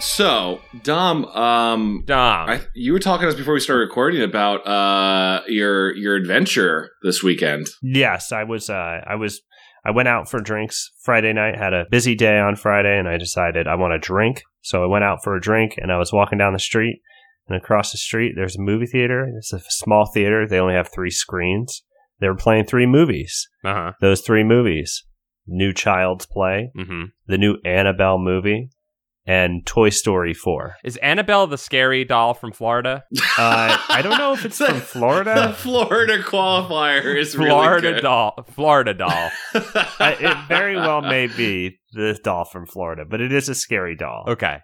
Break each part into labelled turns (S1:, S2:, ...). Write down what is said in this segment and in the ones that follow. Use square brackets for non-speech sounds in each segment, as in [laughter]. S1: So, Dom, um,
S2: Dom.
S1: I, you were talking to us before we started recording about uh, your your adventure this weekend.
S2: yes, I was. Uh, I was. I went out for drinks Friday night. Had a busy day on Friday, and I decided I want a drink. So I went out for a drink, and I was walking down the street, and across the street there's a movie theater. It's a small theater. They only have three screens. They were playing three movies.
S3: Uh huh.
S2: Those three movies: New Child's Play,
S3: Mm-hmm.
S2: the new Annabelle movie, and Toy Story Four.
S3: Is Annabelle the scary doll from Florida?
S2: Uh, I don't know if it's from
S1: The
S3: [laughs]
S2: Florida.
S1: Florida qualifier is
S3: Florida
S1: really good.
S3: doll. Florida doll. [laughs]
S1: [laughs]
S2: I, it very well may be the doll from Florida, but it is a scary doll.
S3: Okay.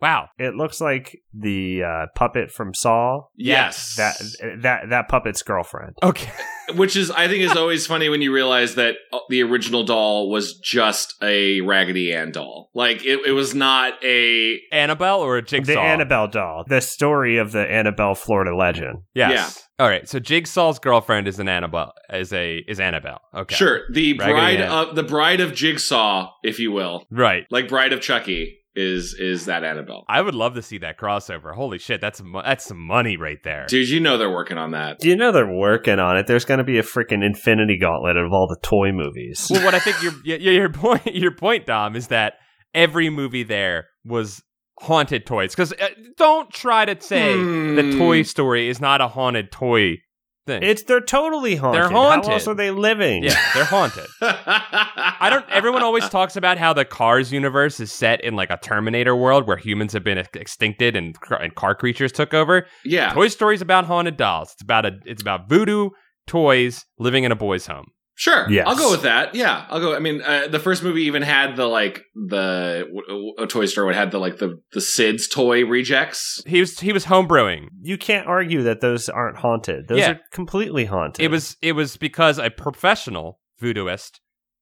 S3: Wow.
S2: It looks like the uh, puppet from Saw.
S1: Yes,
S2: That that that puppet's girlfriend.
S3: Okay. [laughs]
S1: which is I think is always funny when you realize that uh, the original doll was just a Raggedy Ann doll. Like it, it was not a
S3: Annabelle or a jigsaw?
S2: The Annabelle doll. The story of the Annabelle Florida legend.
S3: Yes. All right. So Jigsaw's girlfriend is an Annabelle. Is a is Annabelle. Okay.
S1: sure the
S3: Raggedy
S1: bride
S3: Ann.
S1: of the bride of Jigsaw, if you will,
S3: Right.
S1: like bride of Chucky is is that Annabelle.
S3: I would love to see that crossover. Holy shit, that's mo- that's some money right there.
S1: Dude, you know they're working on that.
S2: You know they're working on it. There's going to be a freaking Infinity Gauntlet of all the toy movies.
S3: [laughs] Well, what I think your y- y- your point your point, Dom, is that every movie there was haunted toys. Because uh, don't try to say the
S1: Hmm.
S3: Toy Story is not a haunted toy thing.
S2: It's they're totally haunted.
S3: They're haunted.
S2: How else are they living?
S3: yeah, they're haunted. I
S1: I
S3: don't. Everyone always talks about how the Cars universe is set in like a Terminator world where humans have been ex- extincted and, cr- and car creatures took over.
S1: [laughs] Yeah,
S3: Toy Story's about haunted dolls. It's about a. It's about voodoo toys living in a boy's home.
S1: sure.
S2: Yes.
S1: I'll go with that. Yeah, I'll go. I mean, uh, the first movie even had the like the w- w- a Toy Story had the like the the Sid's toy rejects.
S3: He was he was homebrewing.
S2: You can't argue that those aren't haunted. Those
S3: Yeah.
S2: are completely haunted.
S3: It was it was because a professional voodooist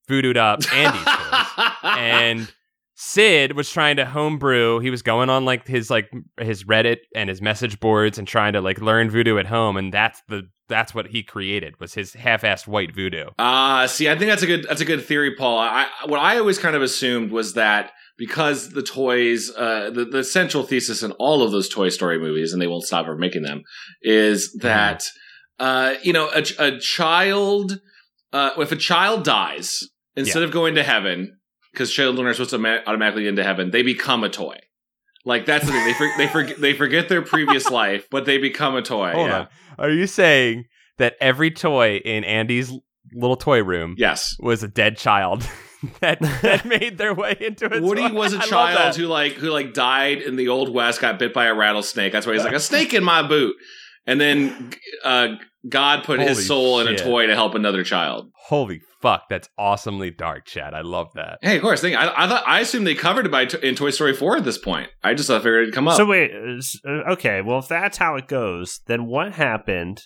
S3: voodooed up
S1: [laughs]
S3: Andy's toys. and Sid was trying to homebrew. He was going on like his like his Reddit and his message boards and trying to like learn voodoo at home, and that's the that's what he created was his half-assed white voodoo.
S1: Ah, see, I think that's a good that's a good theory, Paul. I what I always kind of assumed was that because the toys, uh, the the central thesis in all of those Toy Story movies, and they won't stop ever making them, is
S3: Mm-hmm.
S1: that uh, you know a, ch- a child, uh, if a child dies, instead of going to heaven, because children are supposed to ma- automatically into heaven, they become a toy. Like that's the thing they for- they forget they forget their
S3: [laughs]
S1: previous life, but they become a toy.
S3: Hold
S1: yeah.
S3: on, are you saying that every toy in Andy's little toy room
S1: Yes.
S3: was a dead child [laughs] that
S1: [laughs]
S3: that made their way into a
S1: Woody
S3: toy?
S1: was
S3: I
S1: a
S3: love
S1: child
S3: that.
S1: who like who like died in the old west, got bit by a rattlesnake. That's why he's like a snake in my boot. And then uh, God put
S3: Holy
S1: his soul in a
S3: shit.
S1: toy to help another child.
S3: Holy fuck, that's awesomely dark, Chad. I love that.
S1: Hey, of course. Thing I, I thought I assumed they covered it by t- in Toy Story four at this point. I just thought figured it'd come up.
S2: So wait, is- uh, okay. Well, if that's how it goes, then what happened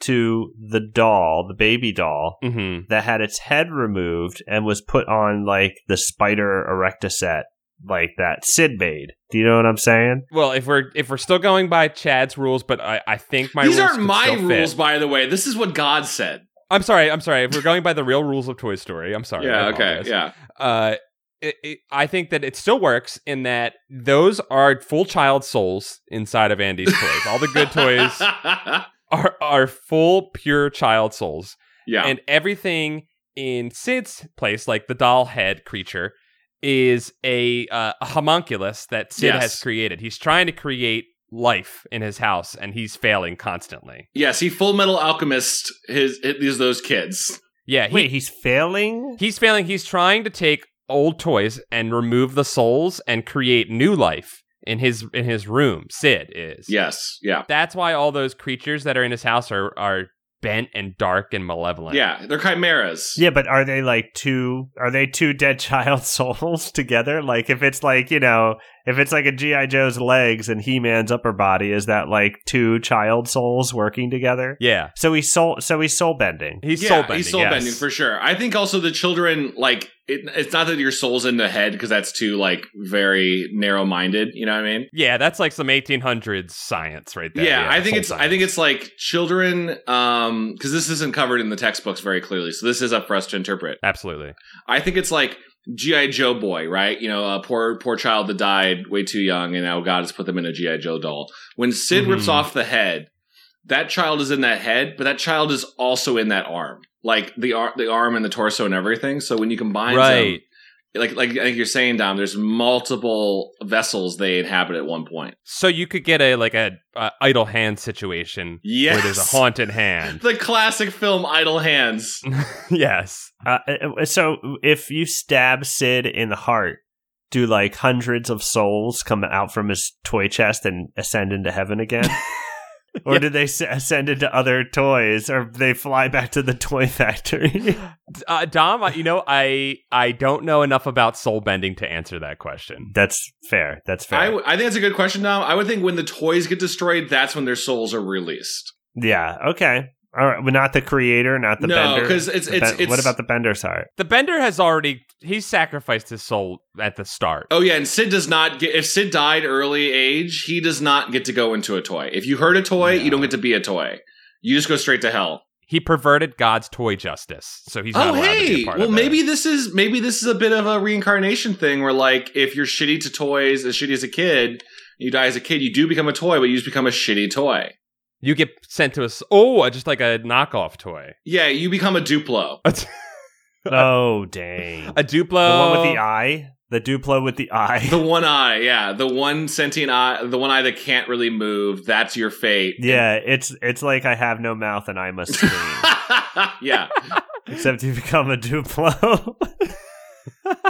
S2: to the doll, the baby doll
S3: Mm-hmm.
S2: that had its head removed and was put on like the spider erecticet, like that Sid made? Do you know what I'm saying?
S3: Well, if we're if we're still going by Chad's rules, but I, I think my
S1: These
S3: rules
S1: aren't
S3: could
S1: my
S3: still fit.
S1: rules, by the way. This is what God said.
S3: I'm sorry. I'm sorry. If we're going by the real rules of Toy Story, I'm sorry. I
S1: yeah. Okay.
S3: apologize.
S1: Yeah.
S3: Uh, it, it, I think that it still works in that those are full child souls inside of Andy's toys. All the
S1: [laughs]
S3: good toys are are full pure child souls.
S1: yeah.
S3: And everything in Sid's place, like the doll head creature, is a, uh, a homunculus that Sid
S1: Yes.
S3: has created. He's trying to create life in his house, and he's failing constantly.
S1: yes. He Full Metal Alchemist. His, his those kids.
S3: Yeah, he,
S2: wait, he's failing.
S3: he's failing. He's trying to take old toys and remove the souls and create new life in his in his room. Sid is.
S1: Yes. Yeah.
S3: That's why all those creatures that are in his house are are bent and dark and malevolent.
S1: Yeah. They're chimeras.
S2: Yeah, but are they like two? Are they two dead [laughs] child souls together? Like, if it's like you know, if it's like a GI Joe's legs and He Man's upper body, is that like two child souls working together?
S3: Yeah.
S2: So he's soul. So he's soul bending.
S3: He's
S1: yeah,
S3: soul bending.
S1: He's soul bending for sure. I think also the children like it, it's not that your soul's in the head because that's too like very narrow minded. You know what I mean?
S3: Yeah, that's like some 1800s science right there.
S1: yeah, I think
S3: full
S1: it's
S3: science.
S1: I think it's like children um because this isn't covered in the textbooks very clearly, so this is up for us to interpret.
S3: absolutely.
S1: I think it's like GI Joe boy, right? You know, a poor poor child that died way too young, and now God has put them in a GI Joe doll. When Sid
S3: Mhm.
S1: rips off the head, that child is in that head, but that child is also in that arm, like the ar- the arm and the torso and everything. So when you combine
S3: right.
S1: them, like like I think you're saying, Dom, there's multiple vessels they inhabit at one point.
S3: So you could get a like a, a idle hand situation
S1: Yes,
S3: where there's a
S1: [laughs]
S3: haunted hand.
S1: The classic film Idle
S3: [laughs]
S1: Hands.
S3: yes.
S2: Uh, uh, so if you stab Sid in the heart, do like hundreds of souls come out from his toy chest and ascend into
S1: [laughs]
S2: heaven again? or do they s- ascend into other toys or they fly back to the
S1: [laughs]
S2: toy factory?
S3: Uh, Dom, I- you know, I I don't know enough about soul bending to answer that question.
S2: that's fair. That's fair.
S1: I, w- I think that's a good question, Dom. I would think when the toys get destroyed, that's when their souls are released.
S2: yeah. Okay. All right. Well, not the creator, not the
S1: no,
S2: bender.
S1: because it's
S2: The
S1: it's,
S2: ben-
S1: it's
S2: what about the bender's heart?
S3: The bender has already he sacrificed his soul at the start.
S1: Oh yeah, and Sid does not get if Sid died early age, he does not get to go into a toy. If you hurt a toy,
S3: Yeah.
S1: you don't get to be a toy. You just go straight to hell.
S3: He perverted God's toy justice, so he's not
S1: oh
S3: allowed to be
S1: hey,
S3: a part
S1: well
S3: of it.
S1: maybe this is maybe this is a bit of a reincarnation thing where like if you're shitty to toys, as shitty as a kid, you die as a kid, you do become a toy, but you just become a shitty toy.
S3: you get sent to a s- oh, just like a knockoff toy,
S1: Yeah, you become a Duplo.
S3: a,
S2: Oh,
S1: [laughs]
S2: dang.
S3: Duplo,
S2: the one
S1: Uh,
S2: with the eye? The Duplo with the eye?
S1: The one eye, yeah, the one sentient eye, the one eye that can't really move. That's your fate.
S2: [laughs] yeah, it's it's like I have no mouth and I must scream.
S1: [laughs] yeah.
S2: Except you [laughs] become a Duplo. [laughs]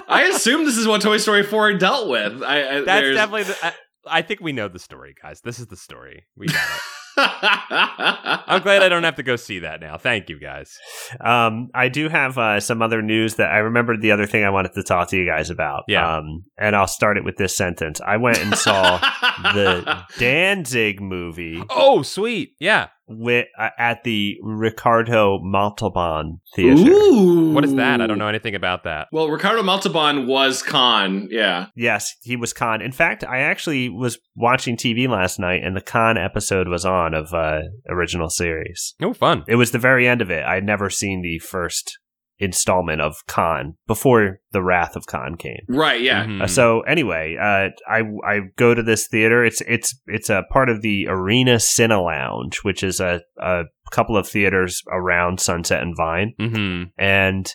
S1: I assume this is what Toy Story 4 dealt with. I, I,
S3: That's
S1: there's-
S3: definitely. The, I, I think we know the story, guys. This is the story. We got it. [laughs] I'm glad I don't have to go see that now. Thank you, guys.
S2: um, I do have uh, some other news that I remembered the other thing I wanted to talk to you guys about.
S3: Yeah.
S2: Um, and I'll start it with this sentence. I went and saw [laughs]
S1: [laughs]
S2: the Danzig movie
S3: [laughs] Oh, sweet. Yeah.
S2: with, uh, at the Ricardo Montalban Theater.
S1: Ooh.
S3: What is that? I don't know anything about that.
S1: Well, Ricardo Montalban was Khan. Yeah.
S2: Yes, he was Khan. In fact, I actually was watching TV last night and the Khan episode was on of uh, original series.
S3: Oh, fun.
S2: It was the very end of it. I had never seen the first installment of Khan before the Wrath of Khan came.
S1: Right. Yeah.
S3: Mhm.
S2: Uh, so anyway, uh, I I go to this theater. It's it's it's a part of the Arena Cine Lounge, which is a a couple of theaters around Sunset and Vine,
S3: Mhm.
S2: and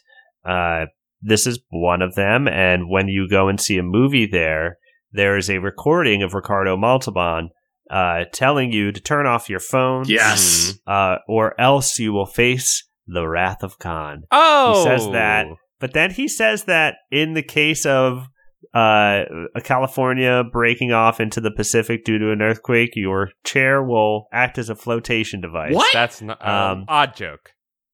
S2: uh, this is one of them. And when you go and see a movie there, there is a recording of Ricardo Montalban uh, telling you to turn off your
S3: Mm-hmm.
S2: phone
S1: Yes.
S2: uh, or else you will face the wrath of Khan.
S3: Oh,
S2: says that. But then he says that in the case of uh, California breaking off into the Pacific due to an earthquake, your chair will act as a flotation device.
S1: What?
S3: That's not um,
S2: Um,
S3: odd joke.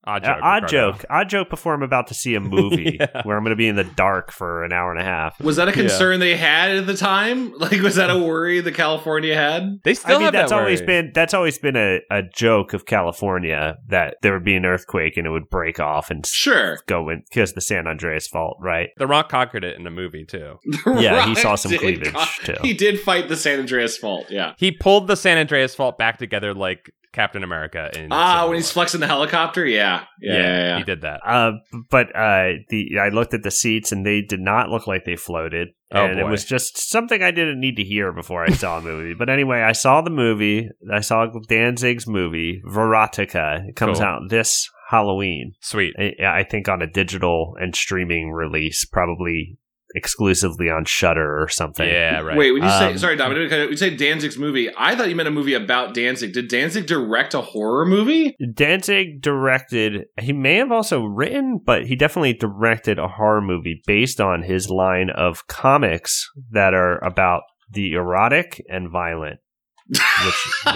S3: Odd
S2: Uh,
S3: joke.
S2: odd
S3: Ricardo.
S2: joke. Odd joke before I'm about to see
S3: [laughs]
S2: a movie
S3: Yeah.
S2: where I'm going to be in the dark for an hour and a half.
S1: Was that a
S3: Yeah.
S1: concern they had at the time? [laughs] Like, was that a worry that California had?
S3: They still
S2: I mean,
S3: have
S2: that's
S3: that
S2: always
S3: worry.
S2: been that's always been a, a joke of California that there would be an earthquake and it would break off and s-
S1: Sure. [laughs]
S2: go in because the San Andreas fault, right?
S3: The Rock conquered it in the movie too.
S1: [laughs]
S2: Yeah, he saw some
S1: did
S2: cleavage, too.
S1: He did fight the San Andreas fault. Yeah.
S3: He pulled the San Andreas fault back together like Captain America. In
S1: Ah,
S3: Civil
S1: when he's
S3: War.
S1: flexing the helicopter. Yeah. Yeah. Yeah. yeah.
S3: he did that.
S2: Uh, but uh, the I looked at the seats and they did not look like they floated,
S3: Oh,
S2: and
S3: boy.
S2: it was just something I didn't need to hear before I saw a movie. But anyway, I saw the movie. I saw Danzig's movie Verotica. It comes
S3: Cool.
S2: out this Halloween.
S3: Sweet.
S2: I, I think on a digital and streaming release, probably exclusively on Shutter or something.
S3: Yeah, right. [laughs]
S1: Wait, when you say
S2: Um,
S1: sorry, Dom, I didn't cut you. You say Danzig's movie. I thought you meant a movie about Danzig. Did Danzig direct a horror movie? [laughs]
S2: Danzig directed. He may have also written, but he definitely directed a horror movie based on his line of comics that are about the erotic and violent, which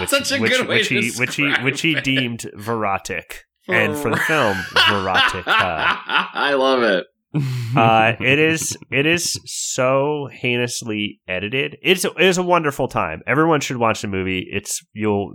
S1: [laughs]
S2: which
S1: Such a
S2: which,
S1: good way
S2: which
S1: to
S2: he which he which he
S1: describe it.
S2: deemed verotic,
S1: [laughs]
S2: and for the film Verotica.
S1: I love it.
S2: uh, it is it is so heinously edited. It's it is a wonderful time. Everyone should watch the movie. It's you'll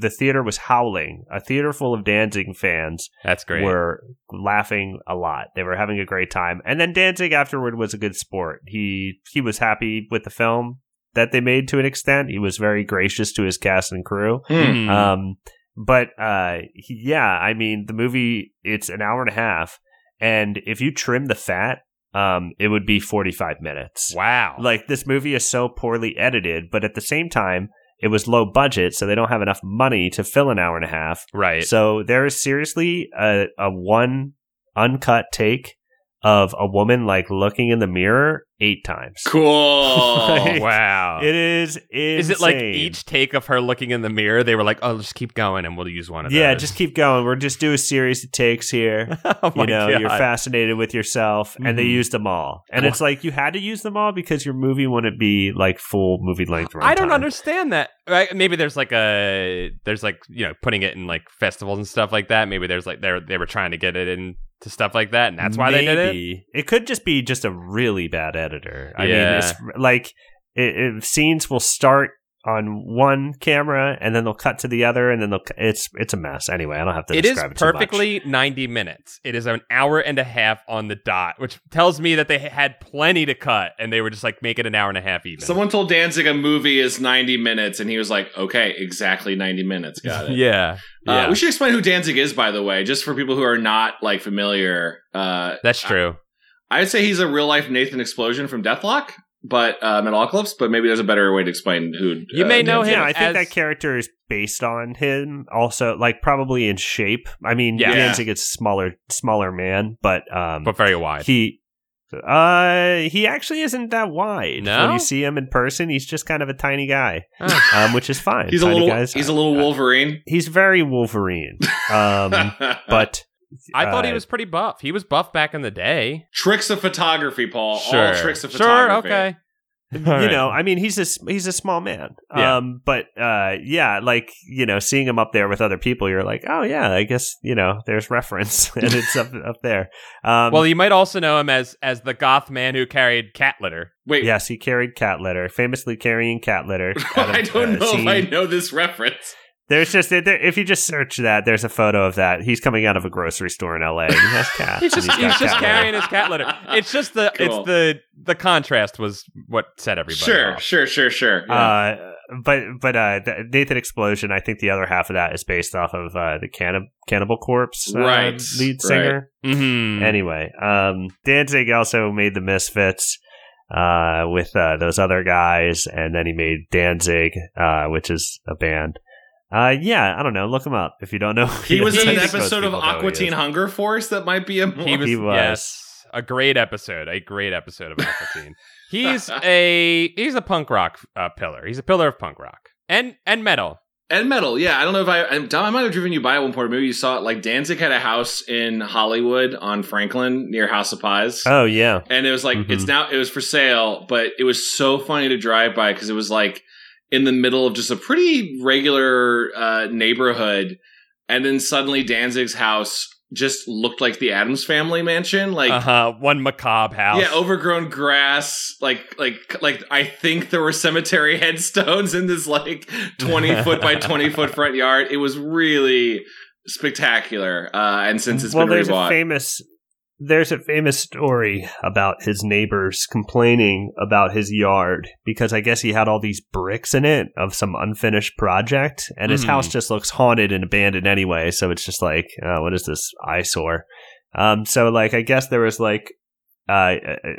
S2: the theater was howling. A theater full of Danzig fans
S3: That's great.
S2: were laughing a lot. They were having a great time. And then Danzig afterward was a good sport. He he was happy with the film that they made to an extent. He was very gracious to his cast and crew.
S1: Hmm.
S3: Mhm.
S2: Um, but uh, he- yeah, I mean, the movie it's an hour and a half, and if you trim the fat um, it would be 45 minutes.
S3: Wow.
S2: Like this movie is so poorly edited, but at the same time, it was low budget, so they don't have enough money to fill an hour and a half.
S3: right. [laughs]
S2: So there is seriously a, a one uncut take of a woman like looking in the mirror eight times. [laughs]
S1: Cool.
S3: Oh, wow.
S2: It is insane.
S3: Is it like each take of her looking in the mirror? They were like, "Oh, just keep going, and we'll use one of
S2: Yeah,
S3: those." [laughs]
S2: just keep going. We're just do a series of takes here.
S3: oh my
S2: you know,
S3: God.
S2: you're fascinated with yourself, and they
S3: Mhm.
S2: used them all. And it's like you had to use them all because your movie wouldn't be like full movie length.
S3: I don't
S2: runtime.
S3: understand that. Right? Maybe there's like a there's like you know putting it in like festivals and stuff like that. Maybe there's like they they were trying to get it in to stuff like that, and that's why they did it.
S2: Maybe. It could just be just a really bad editor. I
S3: Yeah.
S2: mean, it's r- like it, it, scenes will start on one camera and then they'll cut to the other and then they'll cu- it's it's a mess. Anyway, I don't have to
S3: It is
S2: describe it too much.
S3: perfectly 90 minutes. It is an hour and a half on the dot, which tells me that they had plenty to cut and they were just like, make it an hour and a half even.
S1: Someone told Danzig a movie is 90 minutes, and he was like, okay, exactly 90 minutes. Got
S2: [laughs]
S1: it.
S3: yeah.
S1: Uh,
S3: Yeah.
S1: we should explain who Danzig is, by the way, just for people who are not like familiar. Uh,
S3: that's true.
S1: I'd say he's a real life Nathan Explosion from Deathlock, but uh, Metalocalypse. But maybe there's a better way to explain who.
S3: You
S1: uh,
S3: may know
S1: Danzig
S3: him
S2: Yeah, I think
S3: as-
S2: that character is based on him. Also, like probably in shape. I mean,
S3: Yeah.
S2: Danzig is a smaller smaller man, but um,
S3: But very wide.
S2: he uh he actually isn't that wide.
S3: No?
S2: When you see him in person, he's just kind of a tiny guy,
S3: Oh.
S2: um, which is fine.
S1: He's a
S2: Tiny
S1: little.
S2: guys-
S1: he's a little
S2: uh,
S1: Wolverine.
S2: he's very Wolverine.
S1: [laughs]
S2: Um, but
S3: I thought he
S2: uh,
S3: was pretty buff. He was buff back in the day.
S1: tricks of photography, Paul.
S3: Sure.
S1: All tricks of
S3: sure.
S1: photography. [laughs]
S3: Okay.
S2: you know, I mean, he's a s- he's a small man.
S3: Yeah.
S2: Um, but uh, yeah, like you know, seeing him up there with other people, you're like, oh yeah, I guess you know, there's reference, [laughs] and it's up up there. Um,
S3: well, you might also know him as as the goth man who carried cat litter.
S1: Wait.
S2: yes, he carried cat litter, famously carrying cat litter.
S1: [laughs]
S2: out of,
S1: I don't
S2: uh,
S1: know if
S2: scene.
S1: I know this reference.
S2: There's just there, if you just search that, there's a photo of that. He's coming out of a grocery store in L.A. and he has cats.
S3: He's just
S2: and got
S3: he's just
S2: cat litter.
S3: carrying his cat litter.
S1: [laughs]
S3: It's just the
S1: Cool.
S3: it's the the contrast was what set everybody.
S1: Sure,
S3: off.
S1: sure, sure, sure. Yeah.
S2: Uh, but but uh, th- Nathan Explosion, I think the other half of that is based off of uh, the Cannib- Cannibal Corpse uh,
S1: Right, Mm-hmm.
S2: lead singer.
S3: Mhm.
S2: Anyway, um, Danzig also made the Misfits uh, with uh, those other guys, and then he made Danzig, uh, which is a band. Uh, yeah, I don't know. Look him up if you don't know. [laughs]
S1: he was in an
S3: he's-
S1: episode of
S2: Most people know who
S1: Aqua
S2: he
S1: Teen
S2: is.
S1: Hunger Force that might be a more.
S3: he was,
S2: was.
S3: yes a great episode a great episode of Aqua
S1: [laughs]
S3: Teen. he's a he's a punk rock uh, pillar he's a pillar of punk rock and and metal
S1: [laughs] and metal. Yeah, I don't know if I I'm- Dom. I might have driven you by at one point. Maybe you saw it. Like Danzig had a house in Hollywood on Franklin near House of Pies.
S2: Oh yeah,
S1: and it was like
S2: Mhm.
S3: Mm-hmm.
S1: it's now it was for sale but it was so funny to drive by because it was like in the middle of just a pretty regular uh, neighborhood and then suddenly danzig's house just looked like the adams family mansion like
S3: uh-huh one macabre house
S1: yeah overgrown grass like like like i think there were cemetery [laughs] headstones in this like 20 foot
S3: [laughs]
S1: by 20 foot front yard it was really spectacular uh, and since it's
S2: well,
S1: been
S2: there's a
S1: rebought
S2: famous there's a famous story about his neighbors complaining about his yard because I guess he had all these bricks in it of some unfinished project, and his
S3: Mhm.
S1: Mm-hmm.
S2: house just looks haunted and abandoned anyway. So it's just like, uh, what is this eyesore? Um, so like, I guess there was like. Uh, uh, uh,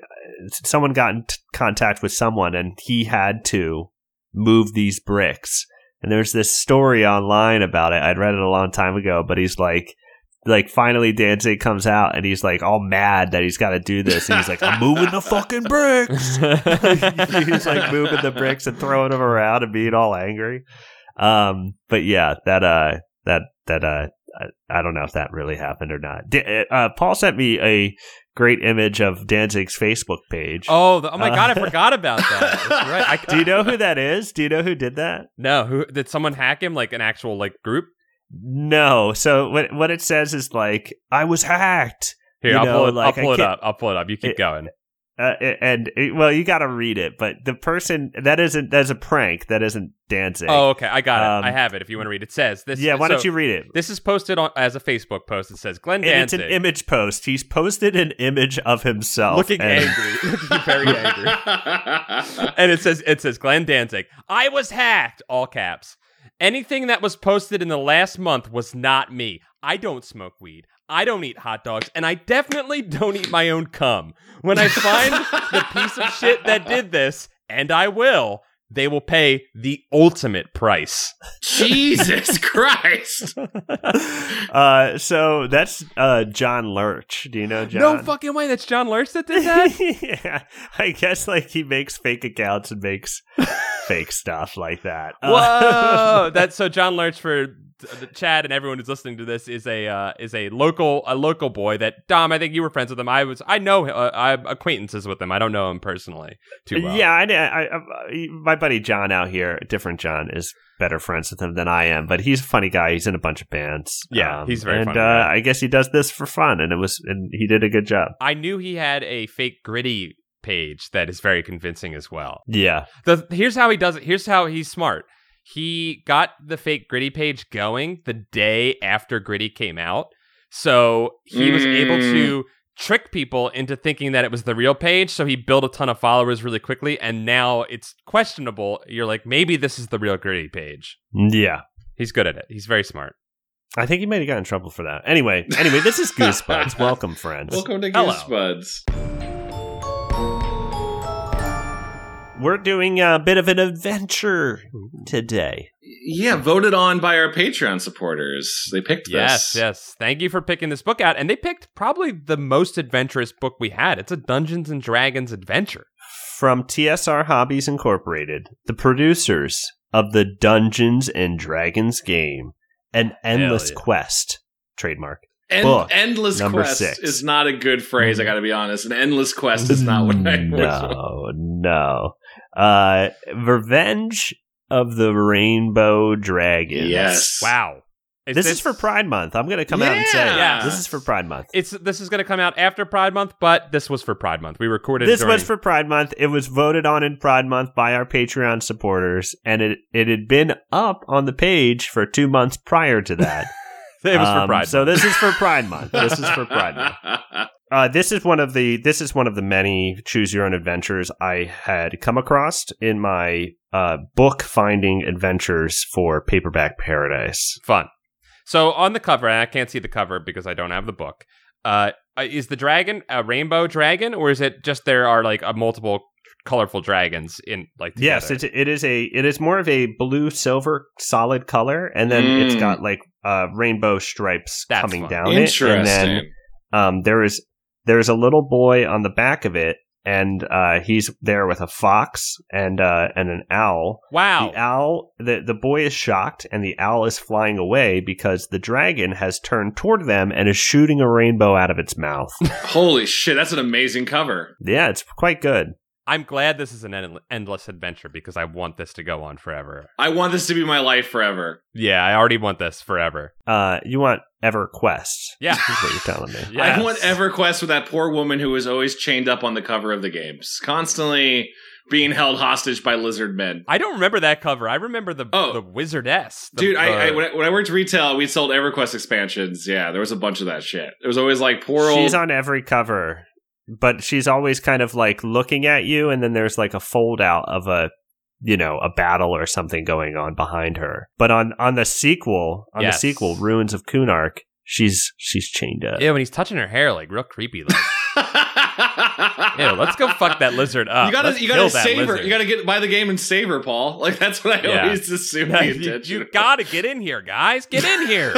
S2: someone got in t- contact with someone, and he had to move these bricks. And there's this story online about it. I'd read it a long time ago, but he's like, like finally Danzig comes out and he's like all mad that he's got to do this. And he's like, I'm moving the fucking bricks. [laughs] he's like moving the bricks and throwing them around and being all angry. Um, but yeah, that, uh, that, that, uh, I- I don't know if that really happened or not. Da- Uh, Paul sent me a great image of Danzig's Facebook page.
S3: [laughs] oh the, oh my god i
S2: Uh.
S3: forgot about that That's
S2: [laughs]
S3: right I, [laughs]
S2: Do you know who that is? Do you know who did that?
S3: no who did someone hack him like an actual like group
S2: No. So what what it says is like I was hacked,
S3: here
S2: You
S3: i'll
S2: know,
S3: pull it,
S2: like,
S3: I'll
S2: I
S3: pull it
S2: can't-
S3: up i'll pull it up you keep
S2: It-
S3: going
S2: uh, and it, well, you got to read it. But the person that isn't that's a prank. That isn't dancing.
S3: oh okay i got
S2: Um,
S3: it i have it if you want to read it says this
S2: yeah. Why
S3: so
S2: don't you read it?
S3: this is posted on as a facebook post it says glenn
S2: And it's
S3: Danzig,
S2: an image post. He's posted an image of himself
S3: looking
S2: and-
S3: angry [laughs] looking very angry
S1: [laughs]
S3: and it says it says Glenn Danzig. I was hacked. All caps. Anything that was posted in the last month was not me. I don't smoke weed. I don't eat hot dogs, and I definitely don't eat my own cum. When I find the piece of shit that did this, and I will, they will pay the ultimate price.
S1: [laughs] Jesus Christ.
S2: [laughs] uh, so that's uh, John Lurch. Do you know John?
S3: No fucking way. That's John Lurch that did that.
S2: [laughs] yeah, I guess like he makes fake accounts
S3: [laughs]
S2: and makes fake stuff like that. [laughs] Uh,
S3: Whoa! That's so John Lurch for th- the Chad and everyone who's listening to this is a uh, is a local a local boy that Dom. I think you were friends with him. I was. I know. Uh, I'm acquaintances with him. I don't know him personally too well.
S2: Yeah, I, I, I, my buddy John out here, different John, is better friends with him than I am. But he's a funny guy. He's in a bunch of bands.
S3: Yeah, he's very
S2: And
S3: funny
S2: uh,
S3: guy.
S2: I guess he does this for fun, and it was, and he did a good job.
S3: I knew he had a fake gritty page that is very convincing as well.
S2: Yeah,
S3: The, here's how he does it. Here's how he's smart. He got the fake Gritty page going the day after Gritty came out. So he was able
S1: Mm.
S3: to trick people into thinking that it was the real page. So he built a ton of followers really quickly. And now it's questionable. You're like, maybe this is the real Gritty page.
S2: Mm, yeah.
S3: He's good at it. He's very smart.
S2: I think he might have gotten in trouble for that. Anyway, anyway,
S3: [laughs]
S2: this is Goosebuds. Welcome, friends.
S1: Welcome to
S3: Hello.
S1: Goosebuds.
S2: We're doing a bit of an adventure today.
S1: Yeah, voted on by our Patreon supporters. They picked
S3: Yes,
S1: this.
S3: yes. Thank you for picking this book out. And they picked probably the most adventurous book we had. It's a Dungeons and Dragons adventure.
S2: From TSR Hobbies Incorporated, the producers of the Dungeons and Dragons game, an endless
S3: yeah.
S2: quest trademark.
S1: En-
S2: Book
S1: endless
S2: number
S1: quest
S2: six.
S1: is not a good phrase. I got to be honest. An endless quest is not what I was.
S2: Mm, No, no. Uh, Revenge of the Rainbow Dragon.
S1: Yes.
S3: Wow. Is
S2: This, is for Pride Month. I'm going to come out and say it.
S1: Yeah.
S2: this is for Pride Month.
S3: It's this is going to come out after Pride Month, but this was for Pride Month. We recorded
S2: this
S3: during-
S2: was for Pride Month. It was voted on in Pride Month by our Patreon supporters, and it, it had been up on the page for two months prior to that.
S3: it was for
S2: Um,
S3: Pride.
S2: So
S3: Month.
S2: this is for Pride Month. This is for
S3: [laughs]
S2: Pride Month.
S1: [laughs]
S2: Uh, this is one of the this is one of the many choose your own adventures I had come across in my uh, book finding adventures for Paperback Paradise.
S3: fun. So on the cover, and I can't see the cover because I don't have the book. Uh, is the dragon a rainbow dragon, or is it just there are like a multiple colorful dragons in like? Together?
S2: Yes, it's it is a it is more of a blue silver solid color, and then it's
S1: Mm.
S2: got like uh, rainbow stripes
S3: That's
S2: coming
S3: fun.
S2: down
S1: Interesting.
S2: it, and then um, there is there is a little boy on the back of it, and uh, he's there with a fox and uh, and an owl.
S3: wow.
S2: The owl, the, the boy is shocked, and the owl is flying away because the dragon has turned toward them and is shooting a rainbow out of
S3: [laughs]
S2: its mouth.
S1: Holy shit! That's an amazing cover.
S2: yeah, it's quite good.
S3: I'm glad this is an end- endless adventure because I want this to go on forever.
S1: I want this to be my life forever.
S3: Yeah, I already want this forever.
S2: Uh, you want EverQuest?
S3: Yeah.
S2: [laughs] is what you're telling me.
S1: I
S3: Yes.
S1: want EverQuest with that poor woman who is always chained up on the cover of the games, constantly being held hostage by lizard men.
S3: I don't remember that cover. I remember the
S1: Oh.
S3: the wizardess. The, uh,
S1: Dude, I, I
S3: the-
S1: when, I when I worked retail, we sold EverQuest expansions. Yeah, there was a bunch of that shit. There was always like poor old. [laughs]
S2: She's on every cover, but she's always kind of like looking at you, and then there's like a fold out of a, you know, a battle or something going on behind her. But on on the sequel, on
S3: Yes.
S2: the sequel, Ruins of Kunark, she's she's chained up.
S3: yeah, when he's touching her hair, like real creepy. Like, Ew, let's go fuck that lizard up.
S1: You gotta,
S3: Let's
S1: you gotta
S3: kill that
S1: savor.
S3: lizard.
S1: You gotta get buy the game and savor, Paul. [laughs] Like that's what I
S3: Yeah.
S1: always
S2: [laughs]
S1: assume.
S3: Yeah,
S1: the
S3: [laughs] you,
S1: intention
S3: you
S1: was.
S3: gotta get in here, guys. Get in here.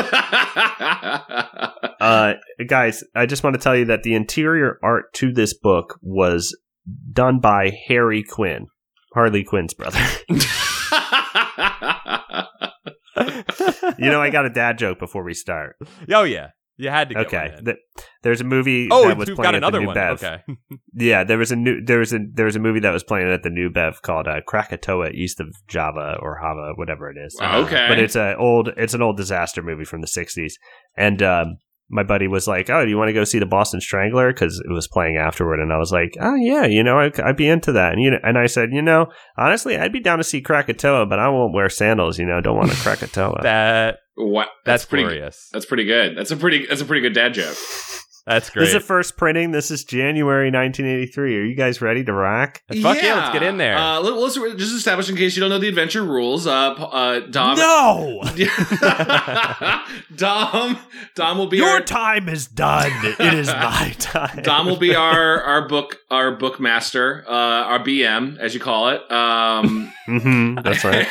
S2: Uh, guys, I just want to tell you that the interior art to this book was done by Harry Quinn, Harley Quinn's brother. [laughs]
S1: [laughs]
S2: you know, I got a dad joke before we start.
S3: oh yeah, you had to. Get
S2: Okay,
S3: One in.
S2: th- there's a movie
S3: Oh,
S2: that was
S3: we've
S2: playing
S3: got
S2: at the
S3: another
S2: New
S3: one.
S2: Bev.
S3: Okay.
S2: Yeah, there was a new there was a there was a movie that was playing at the New Bev called uh, Krakatoa, East of Java or Hava, whatever it is.
S1: Wow, okay.
S2: but it's a old it's an old disaster movie from the '60s, and um, my buddy was like, "Oh, do you want to go see the Boston Strangler?" Because it was playing afterward, and I was like, "Oh yeah, you know, I, I'd be into that." And you know, and I said, "You know, honestly, I'd be down to see Krakatoa, but I won't wear sandals. You know,
S1: [laughs]
S2: don't want a Krakatoa."
S3: That
S1: Wow,
S3: that's,
S1: pretty.
S3: glorious.
S1: That's pretty good. That's a pretty. That's a pretty good dad joke.
S3: That's
S2: This
S3: great.
S2: is the first printing. This is January 1983. Are you guys ready to rock?
S3: Fuck yeah, let's get in there.
S1: Uh, let, us just establish in case you don't know the adventure rules. Uh, p- uh, Dom.
S2: no,
S1: [laughs] Dom. Dom will be our,
S2: time is done.
S1: [laughs]
S2: It is my time.
S1: Dom will be our our book our bookmaster, uh, our BM as you call it. Um, [laughs]
S2: hmm that's right.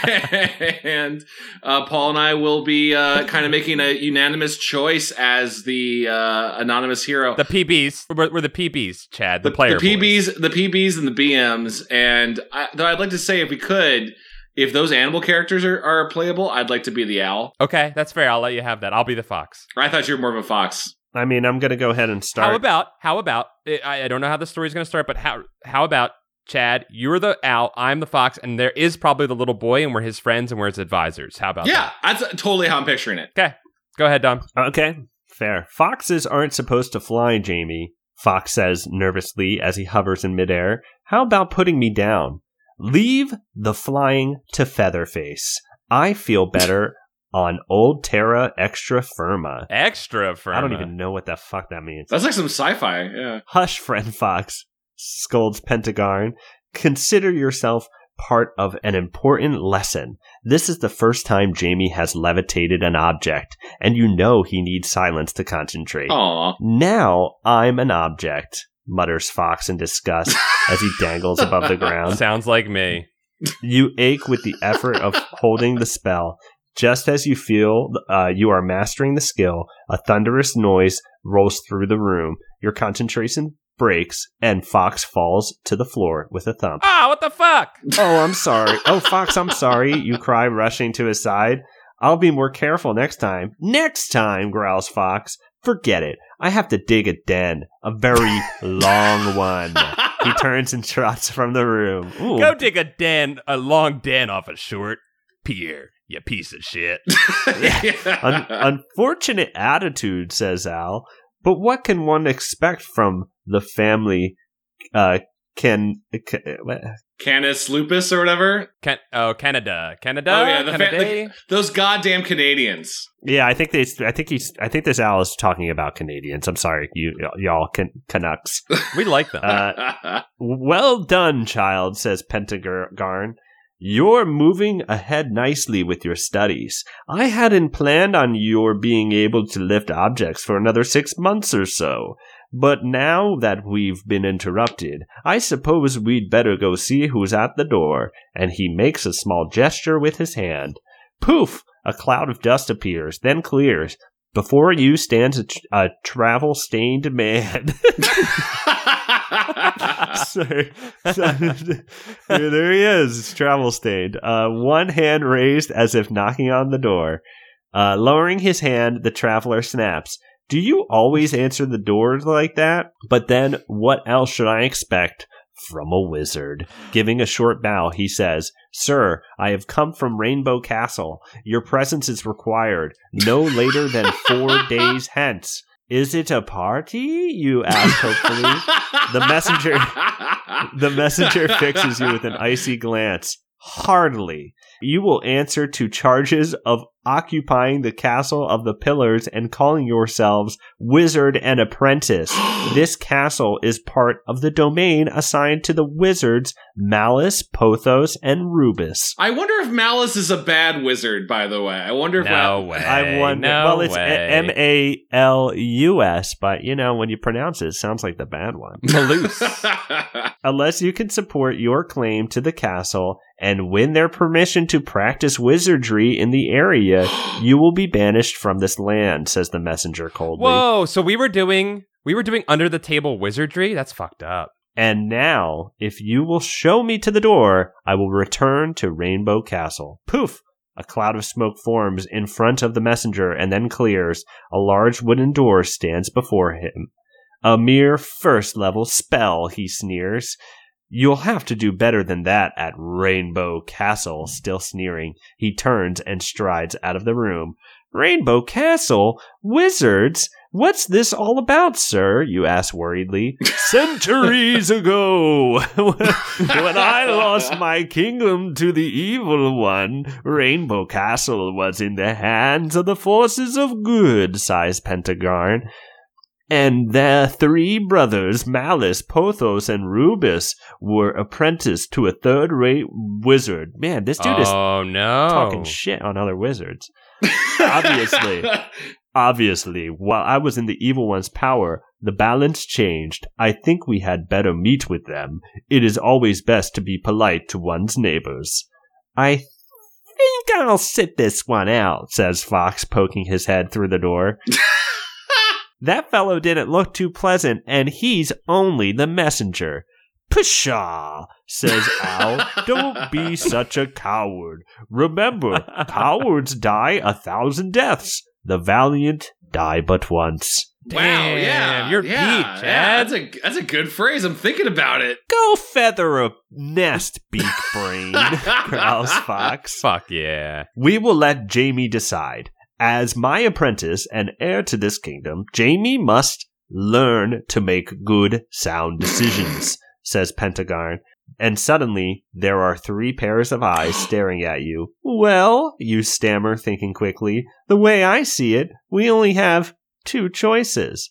S1: and uh, Paul and I will be uh, kind of making a unanimous choice as the uh, anonymous hero.
S3: the PBs. We're, we're the PBs, Chad. The, player.
S1: the
S3: boys.
S1: PBs, the PBs, and the BMs. And I, though I'd like to say, if we could, if those animal characters are, are playable, I'd like to be the owl.
S3: Okay, that's fair. I'll let you have that. I'll be the fox.
S1: I thought you were more of a fox.
S2: I mean, I'm gonna go ahead and
S3: How
S2: start.
S3: about? How about? I, I don't know how the story's going to start, but how? How about Chad? You're the owl. I'm the fox, and there is probably the little boy, and we're his friends, and we're his advisors. How about?
S1: Yeah, that's totally how I'm picturing it.
S3: that? Go ahead, Dom.
S2: okay, fair. Foxes aren't supposed to fly, Jamie. Fox says nervously as he hovers in midair. How about putting me down? Leave the flying to Featherface. I feel better on old Terra extra firma.
S3: Extra for.
S2: I don't even know what the fuck that means.
S1: That's like some sci-fi. Yeah.
S2: Hush, friend Fox, scolds Pentagon. Consider yourself part of an important lesson. This is the first time Jamie has levitated an object, and you know he needs silence to concentrate.
S1: Aw.
S2: [laughs]
S1: [laughs]
S2: Now I'm an object, mutters Fox in disgust as he dangles above the ground.
S3: Sounds like me.
S2: You ache with the effort of holding the spell. Just as you feel uh, you are mastering the skill, a thunderous noise rolls through the room. Your concentration breaks, and Fox falls to the floor with a thump.
S3: Ah, what the fuck?
S2: oh, I'm sorry. Oh, Fox, I'm sorry. You cry, rushing to his side. I'll be more careful next time. Next time, growls Fox. Forget it. I have to dig a den, a very long one. He turns and [laughs] trots from the room. Ooh.
S3: Go dig a den, a long den off a short pier. You piece of
S2: [laughs]
S3: shit.
S1: [laughs]
S2: Un- unfortunate attitude, says Al. But what can one expect from the family? Uh, can, ca- what?
S1: Canis lupus or whatever.
S3: Can- oh, Canada, Canada,
S1: Oh, yeah, the fa-
S3: Canada.
S1: Those goddamn Canadians.
S2: yeah? I think this. I think he's. I think this Al is talking about Canadians. I'm sorry, you y'all can Canucks.
S3: we like
S2: [laughs]
S3: them.
S1: [laughs]
S2: Uh, well done, child, says Pentagarn. You're moving ahead nicely with your studies. I hadn't planned on your being able to lift objects for another six months or so. But now that we've been interrupted, I suppose we'd better go see who's at the door. And he makes a small gesture with his hand. Poof! A cloud of dust appears, then clears. Before you stands a, tr- a travel stained man. [laughs]
S1: [laughs]
S2: Sir, Here, there he is. It's travel stained. Uh, one hand raised as if knocking on the door. Uh, lowering his hand, the traveler snaps. Do you always answer the doors like that? But then, what else should I expect from a wizard? Giving a short bow, he says, Sir, I have come from Rainbow Castle. Your presence is required no later than four days hence. Is it a party? You ask hopefully. The messenger- The messenger [laughs] fixes you with an icy glance. Hardly. You will answer to charges of occupying the castle of the pillars and calling yourselves wizard and
S3: [gasps]
S2: apprentice. This castle is part of the domain assigned to the wizards Malice, Pothos, and Rubus.
S1: I wonder if Malice is a bad wizard. By the way, I wonder if
S3: no way.
S2: I wonder.
S3: No
S2: well, it's
S3: way.
S2: M A L U S, but you know when you pronounce it, it sounds like the bad one.
S3: Maloose.
S1: Malice.
S2: unless you can support your claim to the castle and win their permission to practice wizardry in the area, you will be banished from this land, says the messenger coldly.
S3: [laughs] Whoa! So we were doing we were doing under the table wizardry. That's fucked up.
S2: And now, if you will show me to the door, I will return to Rainbow Castle. Poof! A cloud of smoke forms in front of the messenger and then clears. A large wooden door stands before him. A mere first level spell, he sneers. You'll have to do better than that at Rainbow Castle, still sneering. He turns and strides out of the room. Rainbow Castle? Wizards? What's this all about, sir? You ask worriedly. Centuries ago, when I lost my kingdom to the evil one, Rainbow Castle was in the hands of the forces of good, sighs Pentagon. And their three brothers, Malice, Pothos, and Rubus, were apprenticed to a third rate wizard. Man, this dude is
S3: oh no!
S2: talking shit on other wizards. [laughs]
S1: [laughs]
S2: Obviously. Obviously, while I was in the evil one's power, the balance changed. I think we had better meet with them. It is always best to be polite to one's neighbors. I think I'll sit this one out, says Fox, poking his head through the door. that fellow didn't look too pleasant, and he's only the messenger. Pshaw, says Al. Don't be such a coward. Remember, cowards die a thousand deaths. The valiant die but once.
S1: wow, yeah,
S3: Damn, you're
S1: yeah, yeah,
S3: peach, Ed.
S1: that's a that's a good phrase. I'm thinking about it.
S2: Go feather a nest, beak [laughs] brain, growls Fox.
S3: Fuck yeah!
S2: We will let Jamie decide. As my apprentice and heir to this kingdom, Jamie must learn to make good, sound decisions, says Pentagon. And suddenly, there are three pairs of eyes staring at you. Well, you stammer, thinking quickly, the way I see it, we only have two choices.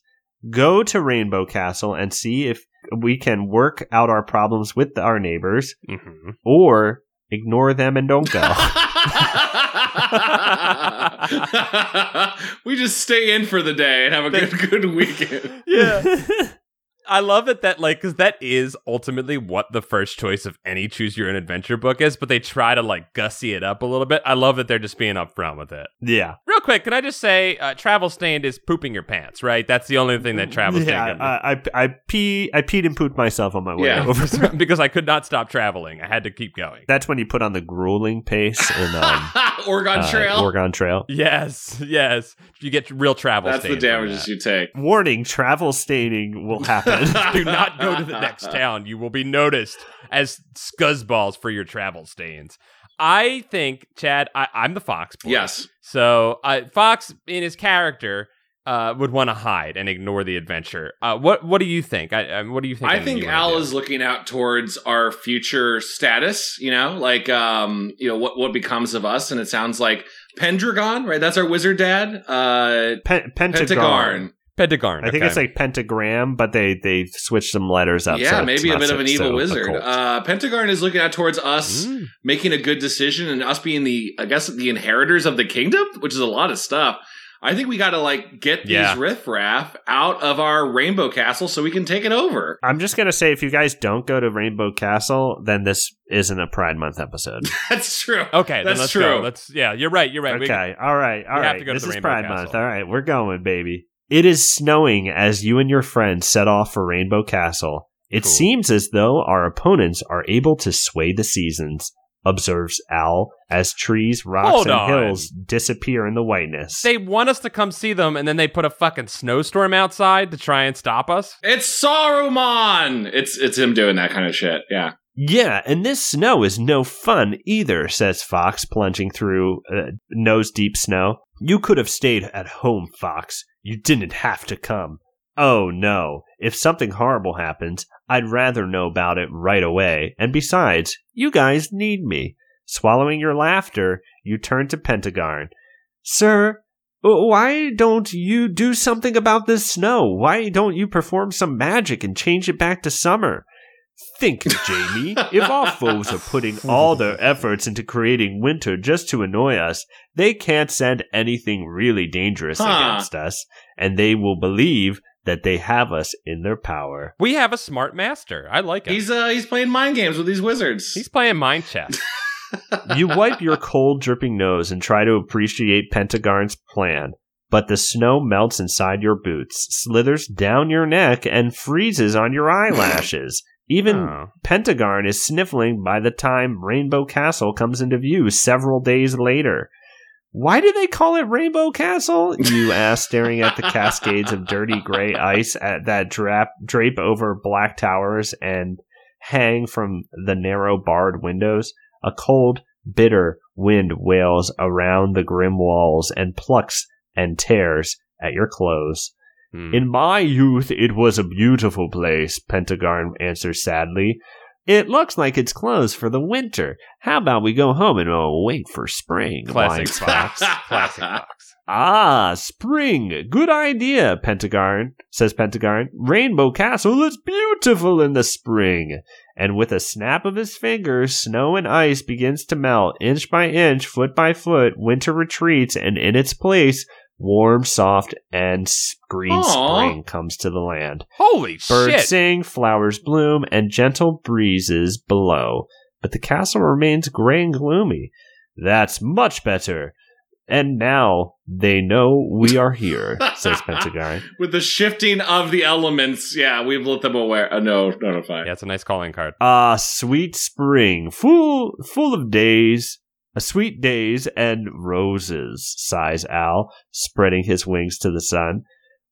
S2: Go to Rainbow Castle and see if we can work out our problems with our neighbors,
S3: hmm
S2: or ignore them and don't go.
S1: [laughs] we just stay in for the day and have a good good weekend. [laughs]
S3: Yeah. I love it that like because that is ultimately what the first choice of any choose your own adventure book is, but they try to like gussy it up a little bit. I love that they're just being upfront with it.
S2: [laughs] yeah.
S3: Real quick, can I just say, uh, travel stained is pooping your pants, right? That's the only thing that travel
S2: yeah,
S3: stained. [laughs]
S2: I, I I pee I peed and pooped myself on my way
S1: Yeah.
S2: over. [laughs]
S3: can do. [laughs] because I could not stop traveling, I had to keep going.
S2: That's when you put on the grueling pace
S1: [laughs]
S2: in um,
S1: Oregon
S2: uh,
S1: Trail.
S2: Oregon Trail.
S3: Yes, yes, you get real travel.
S1: that's the
S3: stains from
S1: damages
S3: that.
S1: you take.
S2: Warning: travel staining
S1: [laughs]
S2: will happen.
S3: [laughs] Do not go to the next town. You will be noticed as scuzzballs for your travel stains. I think, Chad, I, I'm the fox. Boy.
S1: Yes.
S3: So uh, Fox, in his character, uh, would want to hide and ignore the adventure. Uh, what What do you think? I, I, what do you think?
S1: I
S3: Emily,
S1: think
S3: you wanna
S1: Al
S3: do?
S1: is looking out towards our future status, you know, like um, you know, what what becomes of us, and it sounds like Pendragon, right? That's our wizard dad. Uh
S2: Pen- Pentagon.
S1: Pentagon.
S3: Pentagon.
S2: I think
S3: okay.
S2: it's like pentagram, but they they switched some letters up. so
S1: Yeah,
S2: it's
S1: maybe a
S2: not
S1: bit of
S2: so-
S1: an evil
S2: so
S1: wizard.
S2: occult.
S1: Uh Pentagon is looking out towards us
S3: Mm.
S1: making a good decision and us being the I guess the inheritors of the kingdom, which is a lot of stuff. I think we got to like get these
S3: Yeah.
S1: riffraff out of our rainbow castle so we can take it over. [laughs]
S2: I'm just gonna say, if you guys don't go to Rainbow Castle, then this isn't a Pride Month episode.
S1: That's true.
S3: Okay, then
S1: That's
S3: let's
S1: true.
S3: go. Let's yeah, you're right. You're right. We-
S2: Okay. all right. All
S3: we have
S2: right.
S3: to go to
S2: this
S3: the
S2: is
S3: Rainbow
S2: Pride
S3: Castle.
S2: Month. All right. We're going, baby. It is snowing as you and your friends set off for Rainbow Castle. It
S3: Cool.
S2: seems as though our opponents are able to sway the seasons, observes Al, as trees, rocks,
S3: Hold
S2: and
S3: on.
S2: hills disappear in the whiteness.
S3: they want us to come see them, and then they put a fucking snowstorm outside to try and stop us.
S1: It's Saruman. It's it's him doing that kind of shit. Yeah.
S2: yeah, and this snow is no fun either, says Fox, plunging through uh, nose deep snow. You could have stayed at home, Fox. You didn't have to come. Oh no, if something horrible happens, I'd rather know about it right away. And besides, you guys need me. Swallowing your laughter, you turn to Pentagon. Sir, w- why don't you do something about this snow? Why don't you perform some magic and change it back to summer? Think, Jamie. if our foes are putting all their efforts into creating winter just to annoy us, they can't send anything really dangerous
S1: Huh.
S2: against us, and they will believe that they have us in their power.
S3: We have a smart master. I like it.
S1: He's uh he's playing mind games with these wizards.
S3: He's playing mind
S2: [laughs]
S3: chess.
S2: Oh. you wipe your cold, dripping nose and try to appreciate Pentagon's plan, but the snow melts inside your boots, slithers down your neck, and freezes on your eyelashes. Even
S3: Oh.
S2: Pentagon is sniffling by the time Rainbow Castle comes into view several days later. Why do they call it Rainbow Castle? You ask, staring at the cascades of dirty gray ice at that drap, drape over black towers and hang from the narrow barred windows. A cold, bitter wind wails around the grim walls and plucks and tears at your clothes.
S3: Hmm.
S2: In my youth, it was a beautiful place, Pentagon answers sadly. It looks like it's closed for the winter. How about we go home and we'll wait for spring?
S3: Classic
S2: Lions.
S3: Fox. [laughs] Classic Fox.
S2: Ah, spring. Good idea, Pentagon, says Pentagon. Rainbow Castle is beautiful in the spring. And with a snap of his fingers, snow and ice begins to melt. Inch by inch, foot by foot, winter retreats, and in its place, warm, soft, and s- green
S1: Aw.
S2: spring comes to the land.
S3: Holy
S2: Birds
S3: shit.
S2: sing, flowers bloom, and gentle breezes blow. But the castle remains gray and gloomy. That's much better. And now they know we are here, says Pentagon.
S1: With the shifting of the elements, yeah, we've let them aware. Uh, no, notify.
S3: Yeah, it's a nice calling card.
S2: Ah, sweet spring, full full of days, a sweet days and roses, sighs Al, spreading his wings to the sun.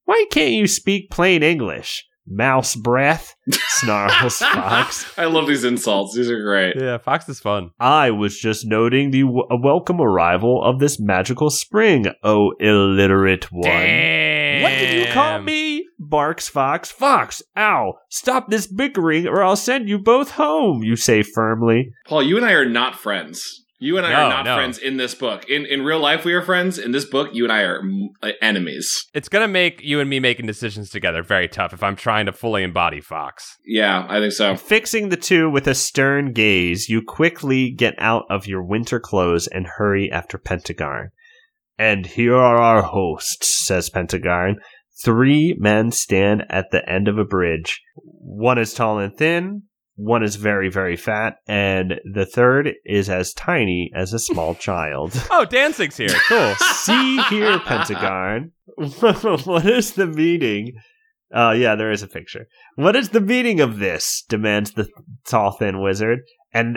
S2: Why can't you speak plain English? Mouse breath, snarls Fox.
S1: I love these insults. These are great.
S3: Yeah, Fox is fun.
S2: I was just noting the w- welcome arrival of this magical spring, oh illiterate one.
S3: Damn.
S2: What did you call me? Barks Fox. Fox, ow, stop this bickering or I'll send you both home, you say firmly.
S1: Paul, you and I are not friends. You and I
S3: No,
S1: are not
S3: no.
S1: friends in this book. In in real life, we are friends. In this book, you and I are mm, uh, enemies.
S3: It's gonna make you and me making decisions together very tough if I'm trying to fully embody Fox.
S1: Yeah, I think so.
S2: Fixing the two with a stern gaze, you quickly get out of your winter clothes and hurry after Pentagon. And here are our hosts, says Pentagon. Three men stand at the end of a bridge. One is tall and thin, one is very, very fat, and the third is as tiny as a small [laughs] child.
S3: Oh, dancing's here. Cool.
S1: [laughs]
S2: See here, Pentagon. [laughs] what is the meaning? Uh, yeah, there is a picture. What is the meaning of this? Demands the tall, thin wizard. An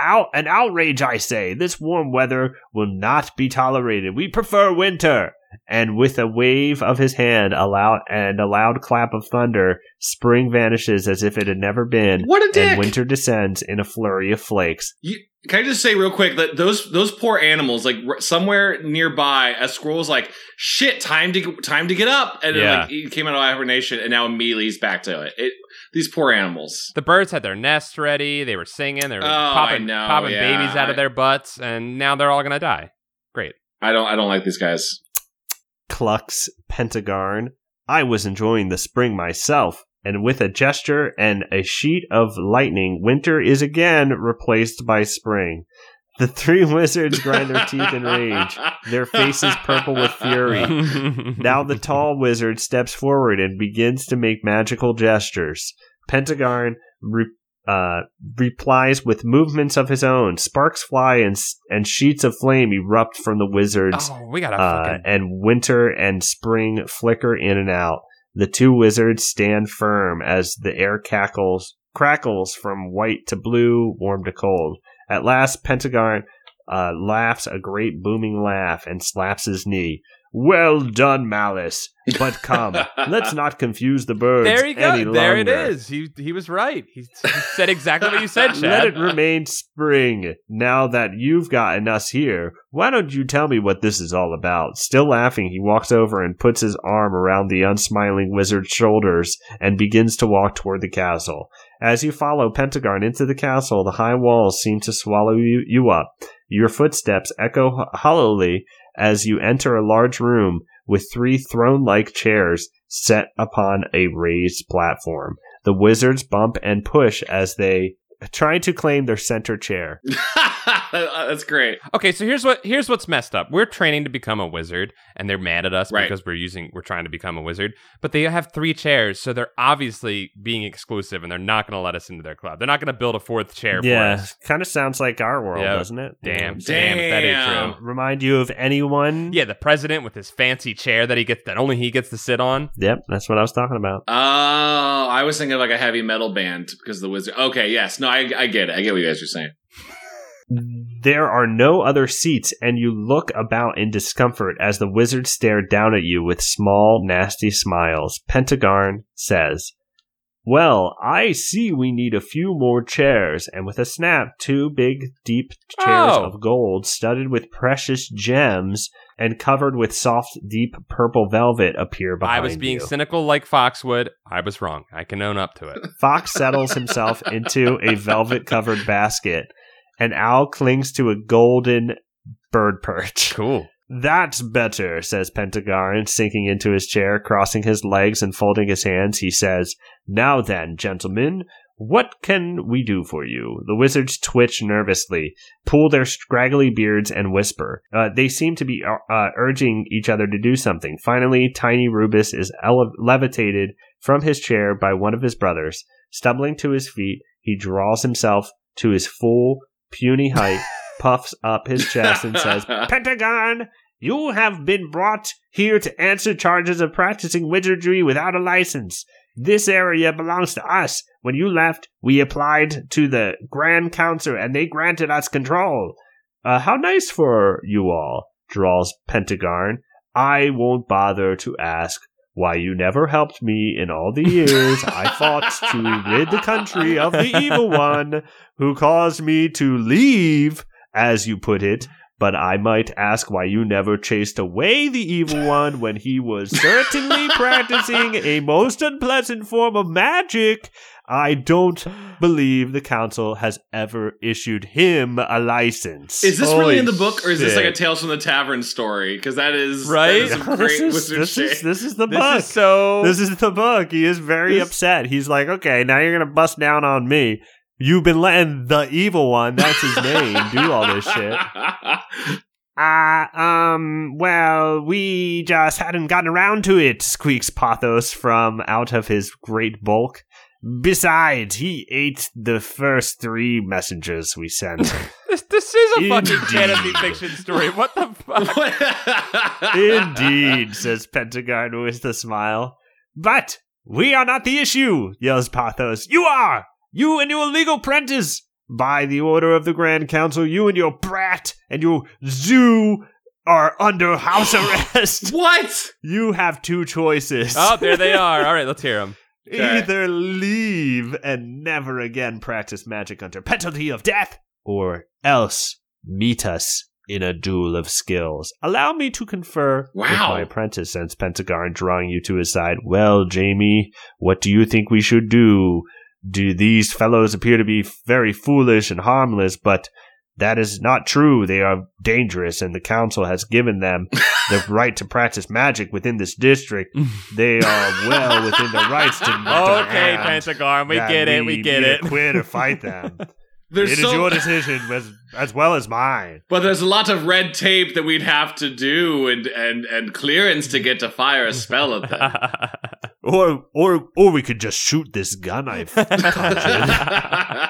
S2: out, an outrage, I say. This warm weather will not be tolerated. We prefer winter. And with a wave of his hand, a loud and a loud clap of thunder, spring vanishes as if it had never been,
S1: What a dick!
S2: and winter descends in a flurry of flakes.
S1: Can I just say real quick that those those poor animals, like r- somewhere nearby, a squirrel's like, "Shit, time to time to get up," and
S3: Yeah.
S1: then, like he came out of hibernation, and now immediately he's back to it. it these poor animals.
S3: The birds had their nests ready. They were singing. They were
S1: Oh, I
S3: popping,
S1: know,
S3: popping
S1: yeah.
S3: babies out of their butts, and now they're all
S1: [laughs]
S3: gonna die.
S1: I don't I don't like these guys.
S2: clucks Pentagon. I was enjoying the spring myself, and with a gesture and a sheet of lightning, winter is again replaced by spring. The three [laughs] wizards grind their teeth in
S1: [laughs]
S2: rage, their faces purple with fury. Now
S3: now
S2: the tall wizard steps forward and begins to make magical gestures. Pentagon re- uh, replies with movements of his own. Sparks fly and, s- and sheets of flame erupt from the wizard's
S3: [laughs] Oh, we gotta
S2: uh,
S3: fucking.
S2: and winter and spring flicker in and out. The two wizards stand firm as the air cackles, crackles from white to blue, warm to cold. At last, Pentagon uh, laughs a great booming laugh and slaps his knee. Well done, Malice. But
S3: [laughs]
S2: come, let's not confuse the birds
S3: There you
S2: any
S3: go. There it
S2: longer.
S3: is. He he was right. He, he said exactly what you said, Chad.
S2: [laughs] Let it remain spring. Now that you've gotten us here, why don't you tell me what this is all about? Still laughing, he walks over and puts his arm around the unsmiling wizard's shoulders and begins to walk toward the castle. As you follow Pentagon into the castle, the high walls seem to swallow you, you up. Your footsteps echo ho- hollowly as you enter a large room with three throne like chairs set upon a raised platform. The wizards bump and push as they try to claim their center chair.
S1: [laughs] That's great.
S3: Okay, so here's what here's what's messed up. We're training to become a wizard, and they're mad at us
S1: Right.
S3: because we're using we're trying to become a wizard. But they have three chairs, so they're obviously being exclusive, and they're not going to let us into their club. They're not going to build a fourth chair for us.
S2: kind of sounds like our world,
S3: Yeah.
S2: doesn't it?
S1: Damn.
S3: Damn, damn, if that ain't true.
S2: Remind you of anyone?
S3: Yeah, the president with his fancy chair that he gets that only he gets to sit on.
S2: Yep, that's what I was talking about.
S1: Oh, I was thinking of like a heavy metal band because of the wizard. Okay, yes, no, I, I get it. I get what you guys are
S2: [laughs]
S1: saying.
S2: There are no other seats, and you look about in discomfort as the wizards stare down at you with small, nasty smiles. Pentagon says, Well, I see we need a few more chairs, and with a snap, two big, deep chairs
S3: Oh.
S2: of gold studded with precious gems and covered with soft, deep purple velvet appear behind
S3: I was being
S2: you.
S3: cynical like Foxwood. I was wrong. I can own up to
S2: [laughs]
S3: it.
S2: Fox settles himself into a velvet covered basket, and Owl clings to a golden bird perch.
S3: Cool.
S2: That's better, says Pentagon, sinking into his chair, crossing his legs and folding his hands. He says, Now then, gentlemen, what can we do for you? The wizards twitch nervously, pull their scraggly beards, and whisper. Uh, they seem to be uh, uh, urging each other to do something. Finally, Tiny Rubus is ele- levitated from his chair by one of his brothers. Stumbling to his feet, he draws himself to his full, puny height, puffs up his chest, and says, Pentagon, you have been brought here to answer charges of practicing wizardry without a license. This area belongs to us. When you left, we applied to the Grand Council and they granted us control. Uh, how nice for you all, drawls Pentagon. I won't bother to ask why you never helped me in all the years I fought to rid the country of the evil one who caused me to leave, as you put it but I might ask why you never chased away the evil one when he was certainly practicing a most unpleasant form of magic. I don't believe the council has ever issued him a
S1: [laughs]
S2: license.
S1: Is this
S3: Holy
S1: really in the book, or is this like a
S3: shit.
S1: Tales from the Tavern story? Because that is
S3: Right?
S1: That is
S2: [laughs]
S1: some
S2: No,
S1: great
S2: this, is,
S1: wizard
S2: this,
S1: shit.
S2: is, this is the
S3: This
S2: book.
S3: is so.
S2: this is the book. He is very
S3: This-
S2: upset. He's like, okay, now you're going to bust down on me. You've been letting the evil one, that's his name, do all this
S1: [laughs]
S2: shit. Uh, um, well, we just hadn't gotten around to it, squeaks Pothos from out of his great bulk. Besides, he ate the first three messengers we sent.
S3: this, this is a fucking
S2: Indeed.
S3: fantasy fiction story. What the fuck?
S2: Indeed, says Pentagon with a smile. But we are not the issue, yells Pothos. You are! You and your illegal prentice! By the order of the Grand Council, you and your brat and your zoo are under house arrest! [laughs]
S1: What?
S2: You have two choices.
S3: Oh, there they are. All right, let's hear them.
S1: okay.
S2: Either leave and never again practice magic under penalty of death, or else meet us in a duel of skills. Allow me to confer with
S1: Wow.
S2: my apprentice, since Pentagon drawing you to his side. Well, Jamie, what do you think we should do? Do these fellows appear to be very foolish and harmless, but that is not true. They are dangerous, and the council has
S1: [laughs]
S2: given them the right to practice magic within this district.
S3: [laughs]
S2: They are well within their rights to demand
S3: Okay, Pentagon, we
S2: that
S3: get it. We get
S2: either
S3: it.
S2: Quit or
S3: [laughs]
S2: fight them. It
S1: There's
S2: is
S1: so,
S2: your decision as, as well as mine.
S1: but there's a lot of red tape that we'd have to do and and and clearance to get to fire a spell at
S2: [laughs]
S1: them.
S2: Or or or we could just shoot this gun I've conjured.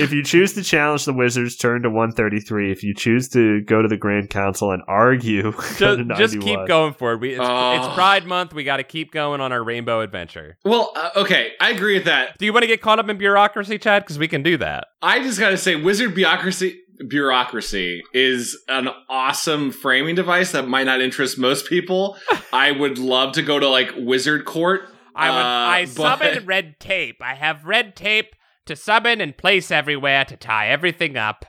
S2: if you choose to challenge the wizards, turn to 133. If you choose to go to the Grand Council and argue, [laughs] go
S3: [laughs] just,
S2: to
S3: just keep
S2: 91.
S3: going forward. We, it's,
S1: Oh.
S3: it's Pride Month. We got to keep going on our rainbow adventure.
S1: [laughs] well, uh, okay, I agree with that.
S3: Do you want to get caught up in bureaucracy, Chad? Because we can do that.
S1: I just gotta say, wizard bureaucracy bureaucracy is an awesome framing device that might not interest most
S3: [laughs]
S1: people. I would love to go to like wizard court. [laughs]
S3: I would.
S1: Uh,
S3: I
S1: but-
S3: summon red tape. I have red tape to summon and place everywhere to tie everything up.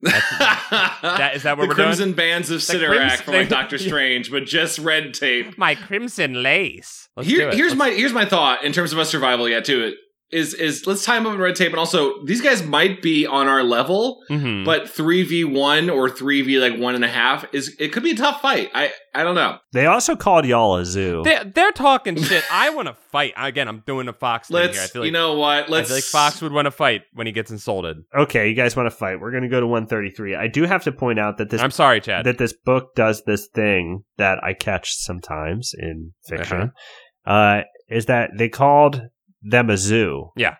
S1: that
S3: That is that what
S1: the
S3: we're
S1: Crimson Bands of
S3: The
S1: Sidorak
S3: crimson-
S1: from like Doctor Strange, but just red tape.
S3: doing? My crimson lace. Let's
S1: Here-
S3: do it.
S1: here's my
S3: Let's-
S1: here's my thought in terms of us survival. Yeah, too is is let's tie them up in red tape, and also these guys might be on our level,
S3: Mhm.
S1: but three v one or three v like one and a half is it could be a tough fight. I I don't know.
S2: They also called y'all a zoo.
S3: They're, they're talking shit. I want to fight. Again, I'm doing a Fox thing here. I
S1: Let's
S3: feel like,
S1: you know what
S3: I
S1: let's
S3: feel like Fox would want to fight when he gets insulted.
S2: okay, you guys want to fight. We're going to go to 133. I do have to point out that this
S3: I'm sorry, Chad.
S2: that this book does this thing that I catch sometimes in fiction
S3: Uh-huh.
S2: uh is that they called them a zoo.
S3: Yeah.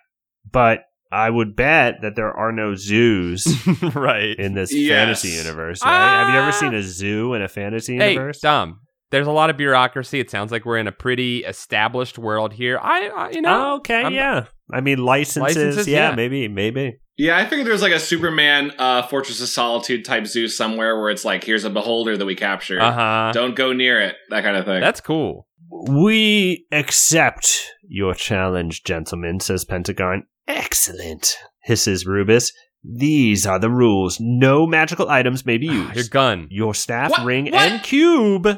S2: But I would bet that there are no
S3: [laughs]
S2: zoos
S3: right.
S2: in this [laughs]
S1: Yes.
S2: fantasy universe. Right? Have you
S3: Ah.
S2: ever seen a zoo in a fantasy
S3: hey,
S2: universe?
S3: Dom. There's a lot of bureaucracy. It sounds like we're in a pretty established world here. I, I you know,
S2: Oh, okay,
S3: I'm-
S2: yeah. I mean licenses,
S3: Licenses,
S2: yeah,
S3: yeah.
S2: maybe, maybe.
S1: Yeah, I figured there was like a Superman uh, Fortress of Solitude type zoo
S2: Oh, Uh-huh.
S1: somewhere where it's like here's a beholder that we captured.
S3: uh huh.
S1: Don't go near it. That kind of thing.
S3: That's cool.
S2: We accept your challenge, gentlemen, says Pentagon. Excellent, hisses Rubus. These are the rules. No magical items may be used.
S3: Your gun.
S2: Your staff,
S1: Ah, What?
S2: ring,
S1: What?
S2: and cube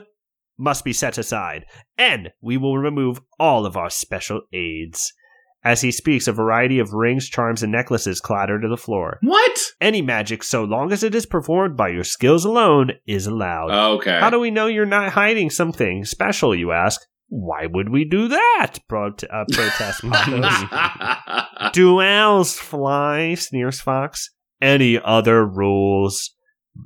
S2: must be set aside, and we will remove all of our special aids. As he speaks, a variety of rings, charms, and necklaces clatter to the floor.
S1: What?
S2: Any magic, so long as it is performed by your skills alone, is allowed.
S1: Okay.
S2: Oh, How do we know you're not hiding something special, you ask? Why would we do that? Pro- uh, protests
S1: [laughs]
S2: Pothos. Do owls fly? sneers Fox. Any other rules?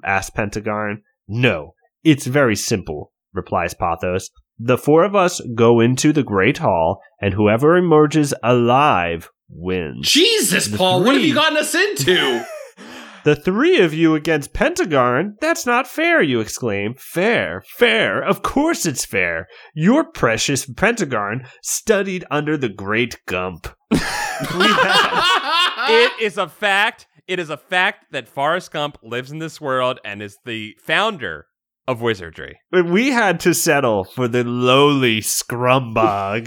S2: asks Pentagon. No, it's very simple, replies Pothos. The four of us go into the Great Hall, and whoever emerges alive wins.
S1: Jesus,
S2: The
S1: Paul, what have
S2: three.
S1: you gotten us
S2: [laughs]
S1: into?
S2: The three of you against Pentagon? That's not fair, you exclaim. Fair, fair, of course it's fair. Your precious Pentagon studied under the Great Gump. Ah.
S3: It is a fact. It is a fact that Forrest Gump lives in this world and is the founder of wizardry.
S2: we had to settle for the lowly scrumbog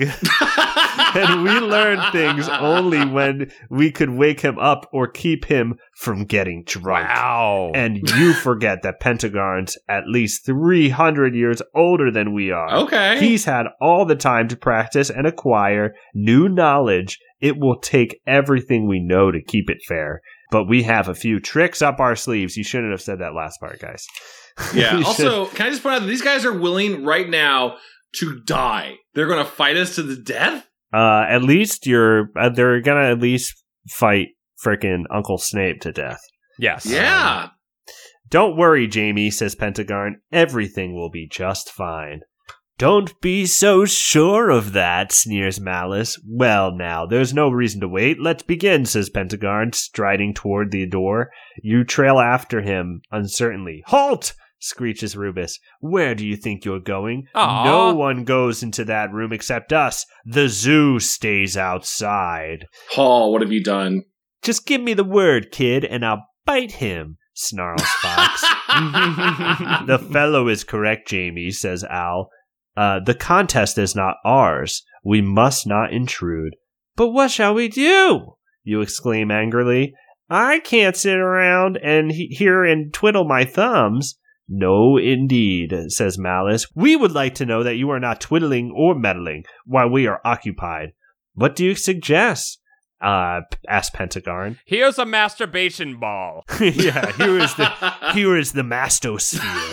S2: [laughs] and we learned things only when we could wake him up or keep him from getting drunk
S3: Wow.
S2: and you forget that pentagon's at least 300 years older than we are
S1: Okay.
S2: he's had all the time to practice and acquire new knowledge it will take everything we know to keep it fair but we have a few tricks up our sleeves you shouldn't have said that last part guys [laughs]
S1: yeah.
S2: You should-
S1: Also, can I just point out that these guys are willing right now to die? They're going to fight us to the death.
S2: uh, at least you're uh, they're gonna at least fight frickin' Uncle Snape to death.
S3: yes.
S1: Yeah.
S2: Don't worry, Jamie, says Pentagon. Everything will be just fine. Don't be so sure of that, sneers Malice. Well, now, there's no reason to wait. Let's begin, says Pentagon, striding toward the door. You trail after him uncertainly. Halt! screeches Rubus. Where do you think you're going?
S3: Aw.
S2: No one goes into that room except us. The zoo stays outside.
S1: Paul, what have you
S2: [laughs]
S1: done?
S2: Just give me the word, kid, and I'll bite him, snarls Fox. the fellow is correct, Jamie, says Al. Uh, the contest is not ours. We must not intrude. But what shall we do? You exclaim angrily. I can't sit around and he- here and twiddle my thumbs. No, indeed, says Malice. We would like to know that you are not twiddling or meddling while we are occupied. What do you suggest? Uh, asked Pentagon.
S3: Here's a masturbation ball.
S2: [laughs] yeah, here is the [laughs] here is the mastosphere.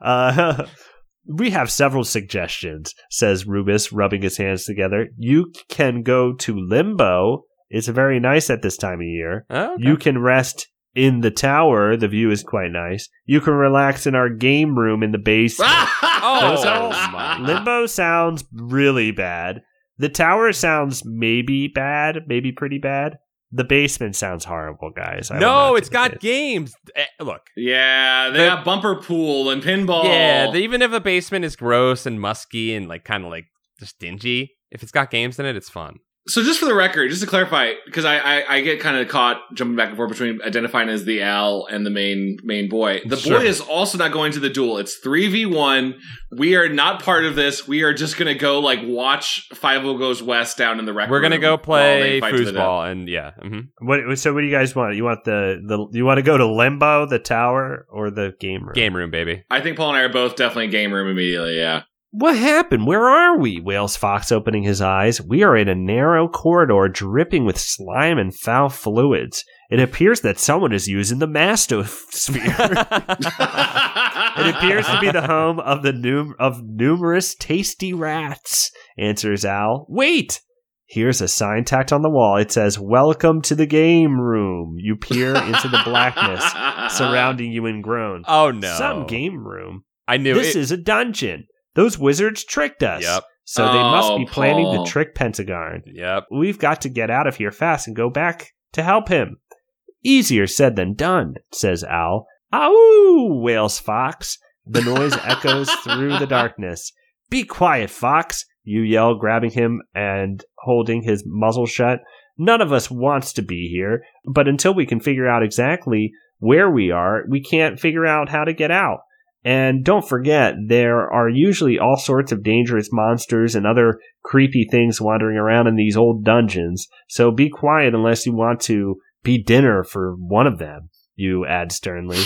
S2: Uh, [laughs] we have several suggestions, says Rubus, rubbing his hands together. You can go to Limbo. It's very nice at this time of year.
S3: Okay.
S2: You can rest in the tower. The view is quite nice. You can relax in our game room in the basement.
S3: Oh,
S1: my.
S2: Limbo sounds really bad. The tower sounds maybe bad, maybe pretty bad. The basement sounds horrible, guys. I would not
S3: no, it's
S2: recommend
S3: got
S2: it.
S3: games. Eh, Look,
S1: Yeah, they
S3: The-
S1: got bumper pool and pinball.
S3: Yeah, the- even if a basement is gross and musky and like kind of like just dingy, if it's got games in it, it's fun.
S1: so just for the record, just to clarify, because I, I I get kind of caught jumping back and forth between identifying as the Al and the main main boy. The
S3: Sure.
S1: boy is also not going to the duel. It's three v one. We are not part of this. We are just gonna go like watch Five O Goes West down in the rec.
S3: We're gonna
S1: room
S3: go
S1: while they
S3: play
S1: fight to the death.
S3: foosball and yeah, hmm
S2: What so? What do you guys want? You want the the you want to go to Limbo, the tower, or the game room?
S3: game room, baby.
S1: I think Paul and I are both definitely game room immediately. Yeah.
S2: What happened? Where are we? wails Fox, opening his eyes. We are in a narrow corridor dripping with slime and foul fluids. It appears that someone is using the [laughs] mastosphere. it appears to be the home of the num- of numerous tasty rats. Answers Al. Wait. Here's a sign tacked on the wall. It says, "Welcome to the game room." You peer into the blackness surrounding you and groan.
S3: oh Uh-huh. no,
S2: Some game room.
S3: I knew
S2: This
S3: it.
S2: is a dungeon. Those wizards tricked us.
S3: Yep.
S2: So they must
S1: Oh,
S2: be planning
S1: Paul.
S2: to trick Pentagon.
S3: Yep.
S2: We've got to get out of here fast and go back to help him. Easier said than done, says Owl. Ow! wails Fox. The noise echoes through the darkness. Be quiet, Fox, you yell, grabbing him and holding his muzzle shut. None of us wants to be here, but until we can figure out exactly where we are, we can't figure out how to get out. And don't forget, there are usually all sorts of dangerous monsters and other creepy things wandering around in these old dungeons. So be quiet unless you want to be dinner for one of them, you add sternly.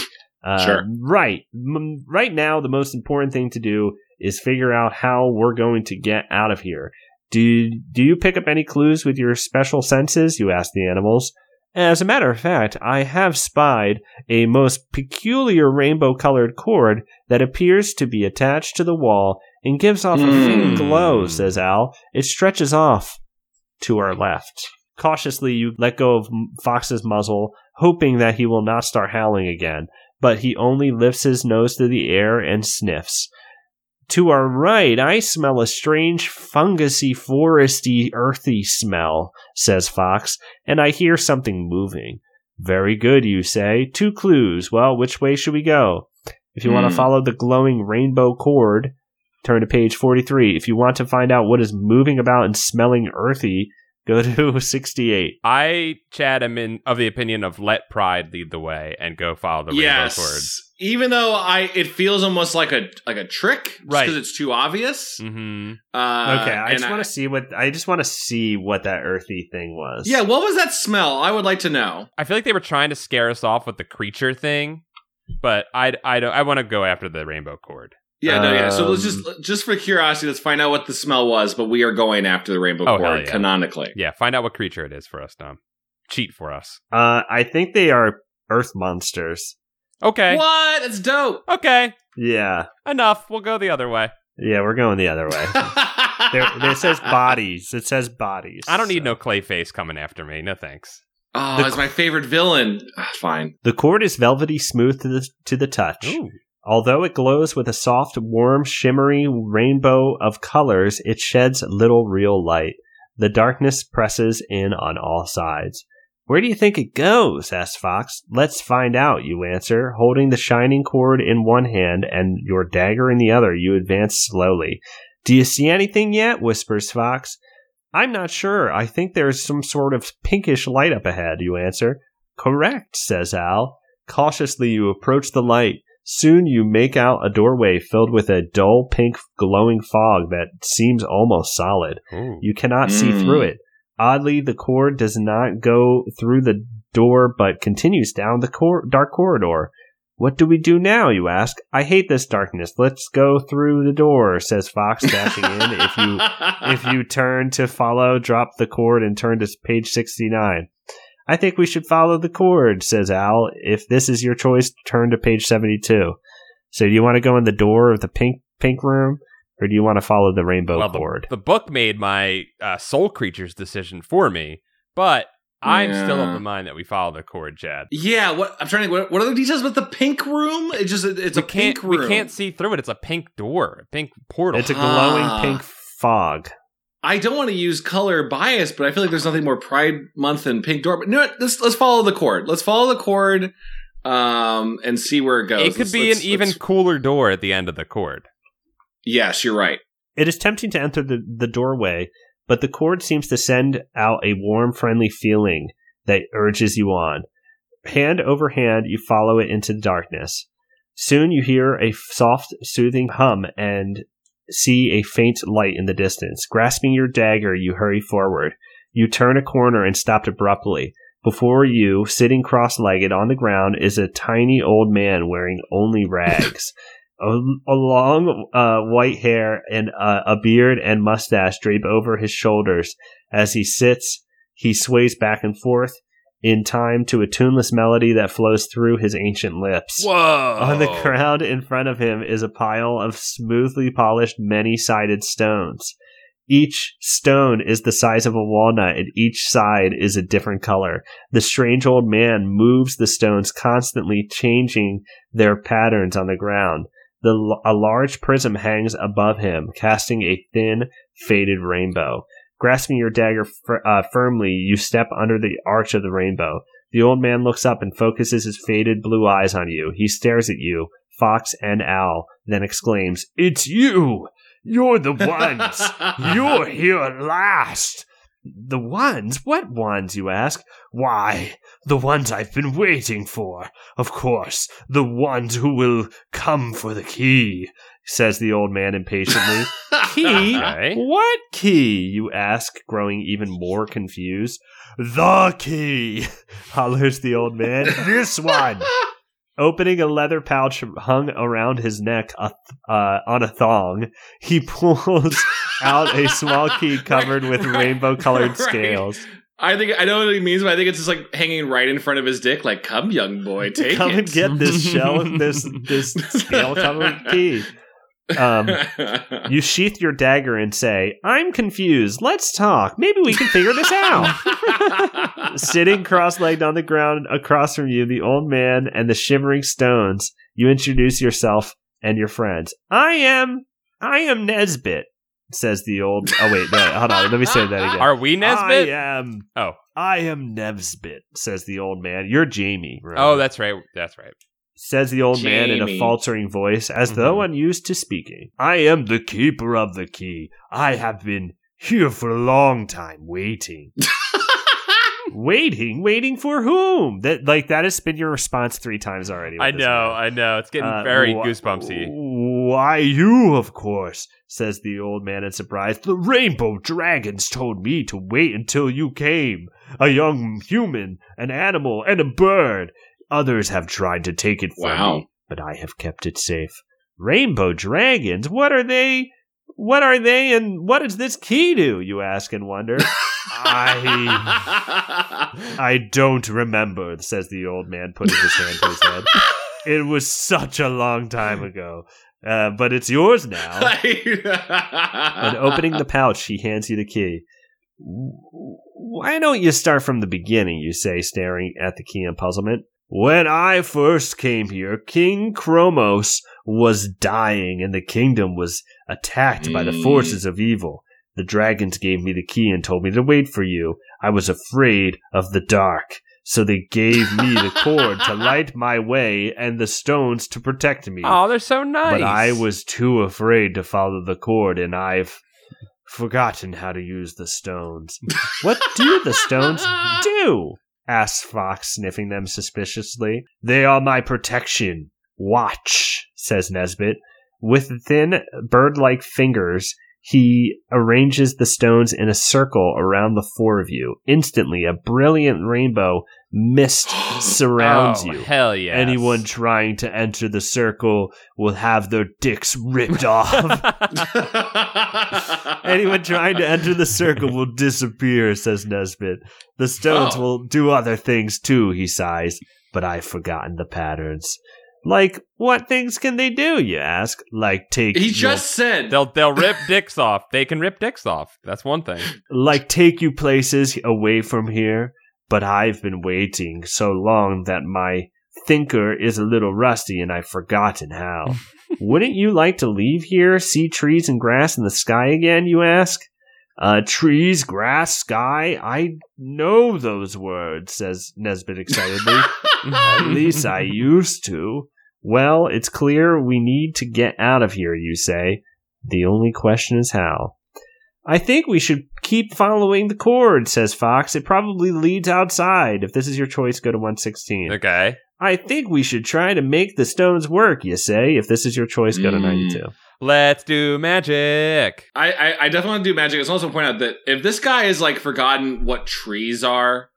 S2: Uh,
S1: Sure.
S2: Right. M- right now, the most important thing to do is figure out how we're going to get out of here. Do, do you pick up any clues with your special senses? You ask the animals. As a matter of fact, I have spied a most peculiar rainbow colored cord that appears to be attached to the wall and gives off a faint
S1: Mm.
S2: glow, says Al. It stretches off to our left. Cautiously, you let go of M- Fox's muzzle, hoping that he will not start howling again, but he only lifts his nose to the air and sniffs. To our right, I smell a strange fungusy, foresty, earthy smell, says Fox, and I hear something moving. Very good, you say. Two clues. Well, which way should we go? If you want
S1: Hmm.
S2: to follow the glowing rainbow cord, turn to page 43. If you want to find out what is moving about and smelling earthy, go to [laughs] 68.
S3: I, Chad, am in of the opinion of let pride lead the way and go follow the rainbow
S1: Even though I, it feels almost like a like a trick,
S3: Right.
S1: Because it's too obvious.
S3: cord. Mm-hmm.
S1: Uh,
S2: Mm. Okay, I
S1: and
S2: just want to see what I just want to see what that earthy thing was.
S1: Yeah, what was that smell? I would like to know.
S3: I feel like they were trying to scare us off with the creature thing, but I, I don't. I want to go after the rainbow cord.
S1: Yeah, no, yeah. So let's
S2: Um,
S1: just just for curiosity, let's find out what the smell was. But we are going after the rainbow
S3: Oh, hell
S1: cord
S3: yeah.
S1: canonically.
S3: Yeah, find out what creature it is for us, Dom. Cheat for us.
S2: Uh, I think they are earth monsters.
S3: Okay.
S1: What? That's dope.
S3: Okay.
S2: Yeah,
S3: Enough. We'll go the other way.
S2: yeah, we're going the other way. there,
S3: [laughs]
S2: it says
S1: [laughs]
S2: bodies. It says bodies.
S3: I don't need
S2: So-
S3: no clay face coming after me. No thanks.
S1: Oh,
S2: The-
S1: it's my favorite villain. Ah, fine.
S2: The cord is velvety smooth to the to the touch. Although it glows with a soft, warm, shimmery rainbow of colors, it sheds little real light. The darkness presses in on all sides. Where do you think it goes? asks Fox. Let's find out, you answer. Holding the shining cord in one hand and your dagger in the other, you advance slowly. Do you see anything yet? whispers Fox. I'm not sure. I think there is some sort of pinkish light up ahead, you answer. Correct, says Al. Cautiously, you approach the light. Soon you make out a doorway filled with a dull pink glowing fog that seems almost solid.
S3: Ooh.
S2: You cannot see
S1: Mm.
S2: through it. Oddly, the cord does not go through the door but continues down the cor- dark corridor. What do we do now, you ask? I hate this darkness. Let's go through the door, says Fox, dashing in. If you if you turn to follow, drop the cord and turn to page 69. I think we should follow the cord, says Al. If this is your choice, turn to page 72. So do you want to go in the door of the pink pink room or do you want to follow the rainbow
S3: Well,
S2: cord?
S3: The book made my uh, soul creatures decision for me, but I'm still of
S1: Yeah.
S3: the mind that we follow the cord, Chad.
S1: yeah, what I'm trying to. What, what are the details about the pink room? It just it's
S3: we
S1: a
S3: can't,
S1: pink room.
S3: We can't see through it. It's a pink door, a pink portal.
S2: it's a glowing
S1: Ah.
S2: pink fog.
S1: I don't want to use color bias, but I feel like there's nothing more Pride Month than Pink Door. But no, let's let's follow the chord. Let's follow the chord, um, and see where it goes.
S3: it could
S1: Let's-
S3: be
S1: let's-
S3: an even
S1: let's-
S3: cooler door at the end of the cord.
S1: Yes, you're right.
S2: It is tempting to enter the, the doorway, but the cord seems to send out a warm, friendly feeling that urges you on. Hand over hand, you follow it into the darkness. Soon you hear a soft, soothing hum and see a faint light in the distance. Grasping your dagger, you hurry forward. You turn a corner and stopped abruptly. Before you, sitting cross legged on the ground, is a tiny old man wearing only rags a, a long uh, white hair and uh, a beard and mustache drape over his shoulders. As he sits, he sways back and forth in time to a tuneless melody that flows through his ancient lips.
S3: Whoa!
S2: On the ground in front of him is a pile of smoothly polished, many sided stones. Each stone is the size of a walnut, and each side is a different color. The strange old man moves the stones, constantly changing their patterns on the ground. The, l- a large prism hangs above him, casting a thin, faded rainbow. Grasping your dagger fir- uh, firmly, you step under the arch of the rainbow. The old man looks up and focuses his faded blue eyes on you. He stares at you, Fox and Owl, then exclaims,
S1: [laughs]
S3: [laughs]
S2: It's you! You're the ones! You're here at last! The ones? What ones, you ask? Why, the ones I've been waiting for. Of course, the ones who will come for the key, says the old man impatiently. key?
S3: Okay.
S2: What key? You ask, growing even more confused. The key, [laughs] hollers the
S1: [laughs]
S2: old man. this [laughs] one. Opening a leather pouch hung around his neck a uh, on a thong, he
S1: [laughs]
S2: pulls out a small key covered with
S1: Right, right,
S2: rainbow colored
S1: right.
S2: scales.
S1: I think I know what he means, but I think it's just like hanging right in front of his dick, like "Come, young
S3: [laughs]
S1: boy, take
S2: Come
S1: it."
S2: and
S1: [laughs]
S2: get this shell, this this scale covered key. Um, you sheath your dagger and say, I'm confused. Let's talk. Maybe we can figure this
S3: [laughs]
S2: out. Sitting cross legged on the ground across from you, the old man and the shivering stones, you introduce yourself and your friends. I am, I am Nesbit, says the old. Oh, wait, no, hold on. Let me say that again.
S3: Are
S1: Ah,
S3: we [laughs] Nesbit?
S2: I am.
S3: Oh.
S2: I am Nesbit, says the old man. You're Jamie. right?
S3: Oh, that's right. That's right.
S2: says the old man in a
S1: Jamie.
S2: faltering voice, as though
S3: Mhm.
S2: unused to speaking. I am the keeper of the key. I have been here for a long time waiting. waiting? Waiting for whom? That like that has been your response three times already. with
S3: I
S2: this
S3: know.
S2: man.
S3: I know. It's getting
S2: Uh,
S3: very
S2: wh-
S3: goosebumpsy.
S2: Why you, of course, says the old man in surprise. The rainbow dragons told me to wait until you came. A young human, an animal, and a bird. Others have tried to take it from
S1: [laughs] Wow.
S2: me, but I have kept it safe. Rainbow dragons? What are they? What are they, and what does this key do? You ask and wonder. I I don't remember, says the old man, putting his hand to his head. It was such a long time ago, uh, but it's yours now. And opening
S1: [laughs]
S2: the pouch, he hands you the key. "W- Why don't you start from the beginning? You say, staring at the key in puzzlement. When I first came here, King Chromos was dying, and the kingdom was attacked by the
S1: Mm.
S2: forces of evil. The dragons gave me the key and told me to wait for you. I was afraid of the dark, so they gave me the cord to light my way and the stones to protect me.
S3: Oh, they're so nice.
S2: But I was too afraid to follow the cord, and I've forgotten how to use the stones.
S3: [laughs]
S2: what do the stones do? asks Fox, sniffing them suspiciously. They are my protection. Watch, says Nesbit. With thin, bird like fingers, he arranges the stones in a circle around the four of you. Instantly, a brilliant rainbow
S3: [gasps]
S2: mist surrounds
S3: oh,
S2: you.
S3: Hell yeah. [laughs]
S2: Anyone trying to enter the circle will have their dicks
S1: [laughs]
S2: ripped off.
S3: [laughs]
S2: Anyone trying to enter the circle will disappear, says Nesbit. The stones
S1: Oh.
S2: will do other things too, he sighs, but I've forgotten the patterns. Like, what things can they do, you ask? Like take
S1: he
S2: your-
S1: just said
S3: They'll they'll rip dicks off. They can rip dicks off. That's one thing.
S2: like take you places away from here, but I've been waiting so long that my thinker is a little rusty and I've forgotten how. Wouldn't you like to leave here, see trees and grass and the sky again, you ask? Uh, trees, grass, sky, I know those words, says
S1: [laughs]
S2: Nesbit excitedly. At least I used to. Well, it's clear we need to get out of here, you say. The only question is how. I think we should keep following the cord, says Fox. It probably leads outside. If this is your choice, go to 116.
S3: Okay.
S2: I think we should try to make the stones work, you say. If this is your choice, go to
S1: Mm.
S2: 92.
S3: Let's do magic.
S1: I, I, I definitely want to do magic. I just also point out that if this guy has like forgotten what trees are,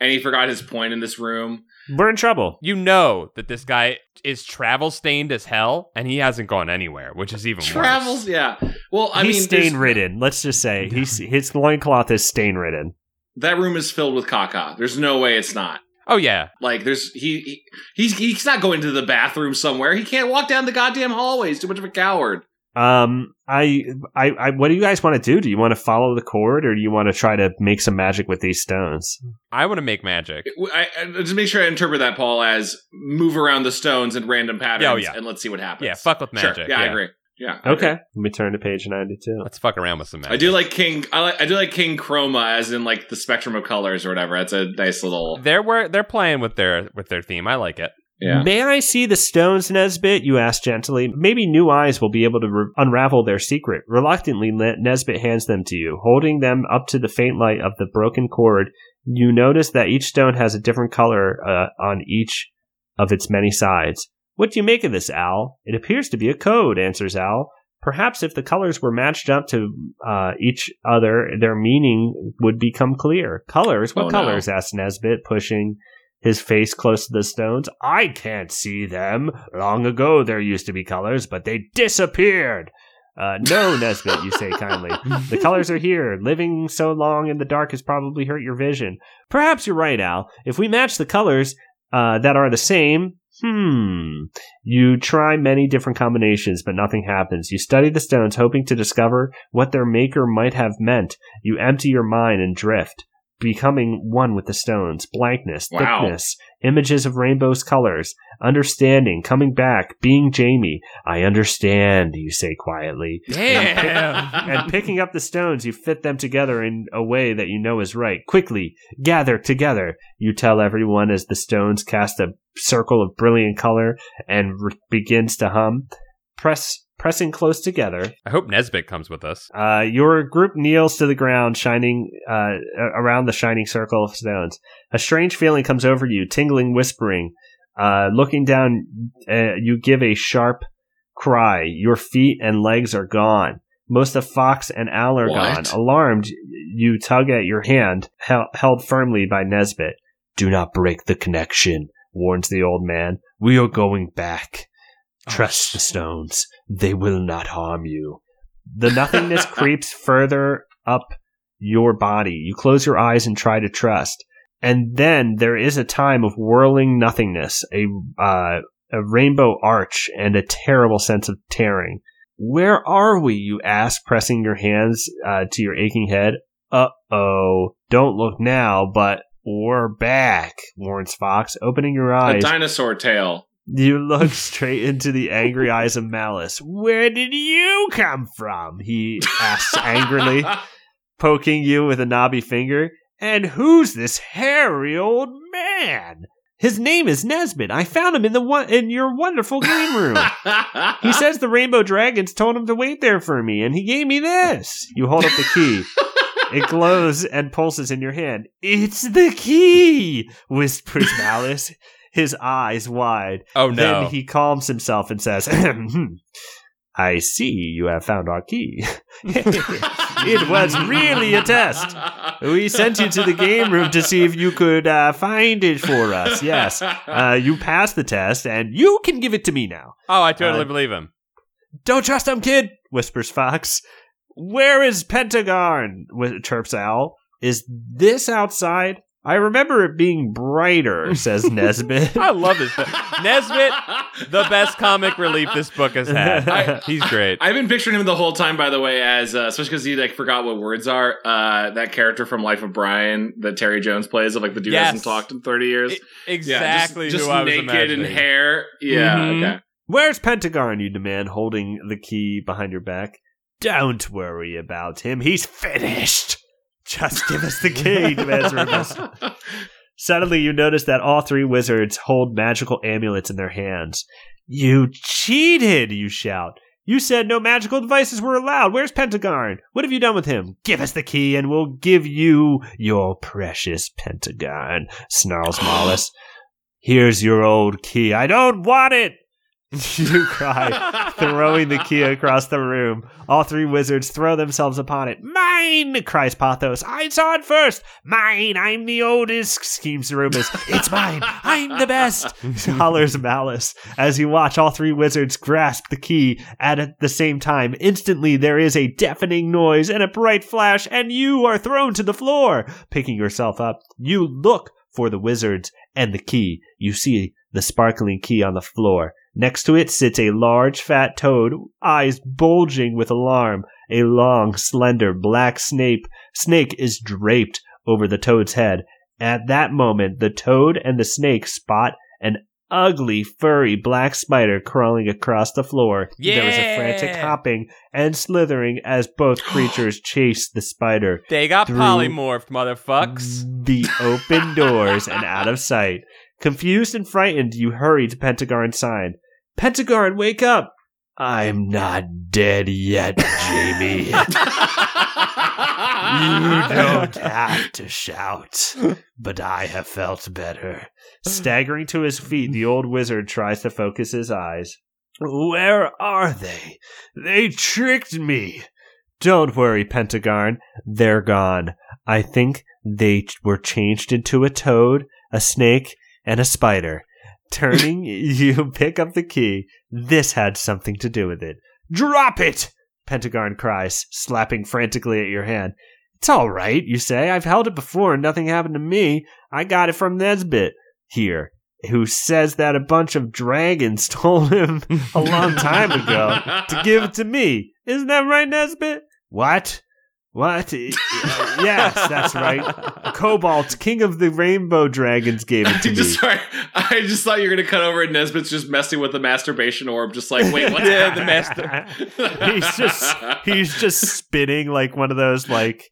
S1: and he forgot his point in this room,
S2: We're in trouble.
S3: You know that this guy is travel stained as hell, and he hasn't gone anywhere, which is even
S1: travels.
S3: worse.
S1: Yeah. Well, I
S2: he's
S1: mean,
S2: stain
S1: there's-
S2: ridden. Let's just say he's, his loincloth is stain ridden.
S1: that room is filled with caca. There's no way it's not.
S3: Oh yeah.
S1: Like, there's he, he he's he's not going to the bathroom somewhere. He can't walk down the goddamn hallway. He's too much of a coward.
S2: Um, I, I, I, what do you guys want to do? Do you want to follow the cord, or do you want to try to make some magic with these stones?
S3: I want to make magic.
S1: I, I just make sure I interpret that Paul as move around the stones in random patterns,
S3: Oh, yeah.
S1: and let's see what happens.
S3: Yeah, fuck with
S1: Sure.
S3: magic.
S1: Yeah, I agree. Yeah. I agree.
S2: Okay, let me turn to page ninety-two.
S3: Let's fuck around with some magic.
S1: I do like King. I, like, I do like King Chroma, as in like the spectrum of colors or whatever. That's a nice little.
S3: They're where they're playing with their with their theme. I like it.
S1: Yeah.
S2: May I see the stones, Nesbit? You ask gently. Maybe new eyes will be able to re- unravel their secret. Reluctantly, Le- Nesbit hands them to you, holding them up to the faint light of the broken cord. You notice that each stone has a different color uh, on each of its many sides. What do you make of this, Al? It appears to be a code, answers Al. Perhaps if the colors were matched up to uh, each other, their meaning would become clear. Colors? What
S1: Oh, no.
S2: colors? asks Nesbit, pushing his face close to the stones. I can't see them. Long ago there used to be colors, but they disappeared. Uh,
S1: [laughs]
S2: no, Nesbit, you say kindly. The colors are here. Living so long in the dark has probably hurt your vision. Perhaps you're right, Al. If we match the colors uh, that are the same, hmm. You try many different combinations, but nothing happens. You study the stones, hoping to discover what their maker might have meant. You empty your mind and drift, becoming one with the stones. Blankness,
S1: Wow.
S2: thickness, images of rainbows, colors, understanding, coming back, being Jamie. I understand, you say quietly
S1: [laughs]
S3: Damn.
S2: [laughs] and picking up the stones, you fit them together in a way that you know is right. Quickly, gather together, you tell everyone as the stones cast a circle of brilliant color and r begins to hum. Press, pressing close together,
S3: I hope Nesbit comes with us.
S2: uh, your group kneels to the ground, shining uh, around the shining circle of stones. A strange feeling comes over you, tingling, whispering. Uh, looking down, uh, you give a sharp cry. Your feet and legs are gone. Most of Fox and Al are
S1: What?
S2: gone. Alarmed, you tug at your hand, hel- held firmly by Nesbit. Do not break the connection, warns the old man. We are going back. Trust the stones. They will not harm you. The nothingness creeps further up your body. You close your eyes and try to trust. And then there is a time of whirling nothingness, a, uh, a rainbow arch, and a terrible sense of tearing. Where are we? You ask, pressing your hands uh, to your aching head. Uh oh. Don't look now, but we're back, warns Fox, opening your
S1: A
S2: eyes.
S1: dinosaur tail.
S2: You look straight into the angry eyes of Malice. Where did you come from? He
S1: [laughs]
S2: asks angrily, poking you with a knobby finger. And who's this hairy old man? His name is Nesbit. I found him in the one- in your wonderful
S1: [laughs]
S2: game room. He says the Rainbow Dragons told him to wait there for me, and he gave me this. You hold up the key. It glows and pulses in your hand. It's the key, whispers Malice, his eyes wide.
S3: Oh no.
S2: Then he calms himself and says, hmm, I see you have found our key. it was really a test. [laughs] We sent you to the game room to see if you could uh, find it for us.
S1: [laughs]
S2: Yes. Uh, you passed the test, and you can give it to me now.
S3: oh, I totally
S2: uh,
S3: believe him.
S2: Don't trust him, kid, whispers Fox. Where is Pentagon? whi- chirps Owl. Is this outside? I remember it being brighter, [laughs] says Nesbit.
S3: I love
S1: [laughs]
S3: this. [laughs] Nesbit, the best comic relief this book has
S1: [laughs]
S3: had.
S2: I-
S3: He's great.
S1: I've been picturing him the whole time, by the way, as uh, especially because he like forgot what words are. Uh, that character from Life of Brian that Terry Jones plays of like the dude
S3: Yes.
S1: hasn't talked in thirty years.
S3: It-
S1: Yeah, just-
S3: exactly
S1: just,
S3: who I was
S1: naked
S3: imagining.
S1: and hair. Yeah,
S3: Mhm.
S1: okay.
S2: Where's Pentagon? You demand, holding the key behind your back. Don't worry about him. He's finished. Just give us the key, demands Remus.
S1: [laughs]
S2: Suddenly, you notice that all three wizards hold magical amulets in their hands. You cheated, you shout. You said no magical devices were allowed. Where's Pentagon? What have you done with him? Give us the key and we'll give you your precious Pentagon, snarls Mollis. Here's your old key. I don't want it! [laughs] You cry, throwing the
S1: [laughs]
S2: key across the room. All three wizards throw themselves upon it. Mine! cries Pothos. I saw it first! Mine! I'm the oldest! schemes Remus. It's mine! I'm the best! [laughs] hollers Malice. As you watch all three wizards grasp the key at a- the same time, instantly there is a deafening noise and a bright flash, and you are thrown to the floor. Picking yourself up, you look for the wizards and the key. You see the sparkling key on the floor. Next to it sits a large fat toad, eyes bulging with alarm. A long, slender black snape snake is draped over the toad's head. At that moment, the toad and the snake spot an ugly, furry black spider crawling across the floor. There is a frantic
S3: Yeah.
S2: hopping and slithering as both creatures chase the spider
S3: They got
S2: Through-
S3: polymorphed, motherfucks.
S2: the open doors and out of sight. Confused and frightened, you hurry to Pentagon's side. Pentagon, wake up! I'm not dead yet, Jamie. You
S1: Uh-huh.
S2: don't have to shout, but I have felt better. Staggering to his feet, the old wizard tries to focus his eyes. Where are they? They tricked me. Don't worry, Pentagon. They're gone. I think they ch- were changed into a toad, a snake, and a spider. Turning, you pick up the key. This had something to do with it. Drop it! Pentagon cries, slapping frantically at your hand. It's all right, you say. I've held it before and nothing happened to me. I got it from Nesbit here, who says that a bunch of dragons [laughs] told him a long time ago to give it to me. Isn't that right, Nesbit? What? What? yes, that's right. Cobalt, king of the rainbow dragons, gave
S1: I
S3: [laughs]
S2: it to me.
S1: just, sorry, I just thought you were gonna cut over and Nesbitt's just messing with the masturbation orb, just like wait, what's
S3: Yeah,
S1: happening?
S3: [laughs] the master.
S2: he's just [laughs] he's just spinning like one of those like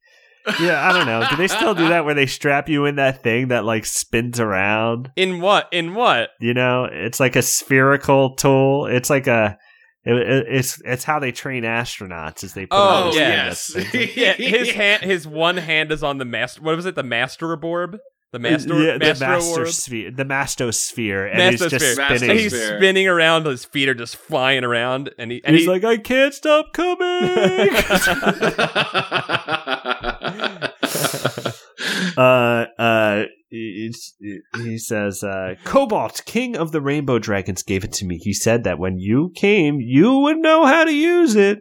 S2: yeah i don't know do they still do that where they strap you in that thing that like spins around
S3: In what? In
S1: [laughs]
S3: what?
S2: you know it's like a spherical tool it's like a it, it- it's it's how they train astronauts is they put
S1: [laughs]
S2: on
S1: Oh
S3: Oh,
S2: this thing
S1: yes,
S2: that spins.
S1: [laughs]
S3: Yeah, his hand, his one hand is on the master. What was it? The master orb. The master.
S2: Uh, yeah, the
S3: master orb.
S2: mastosphere the mastosphere and it's just
S3: Mastosphere.
S1: Mastosphere.
S2: spinning
S3: And he's
S1: Sphere.
S3: spinning around. His feet are just flying around, and he and
S2: he's
S3: he,
S2: like i can't stop
S3: [laughs]
S2: coming [laughs] uh, uh, it's, he says, uh, Cobalt, king of the rainbow dragons, gave it to me. He said that when you came, you would know how to use it.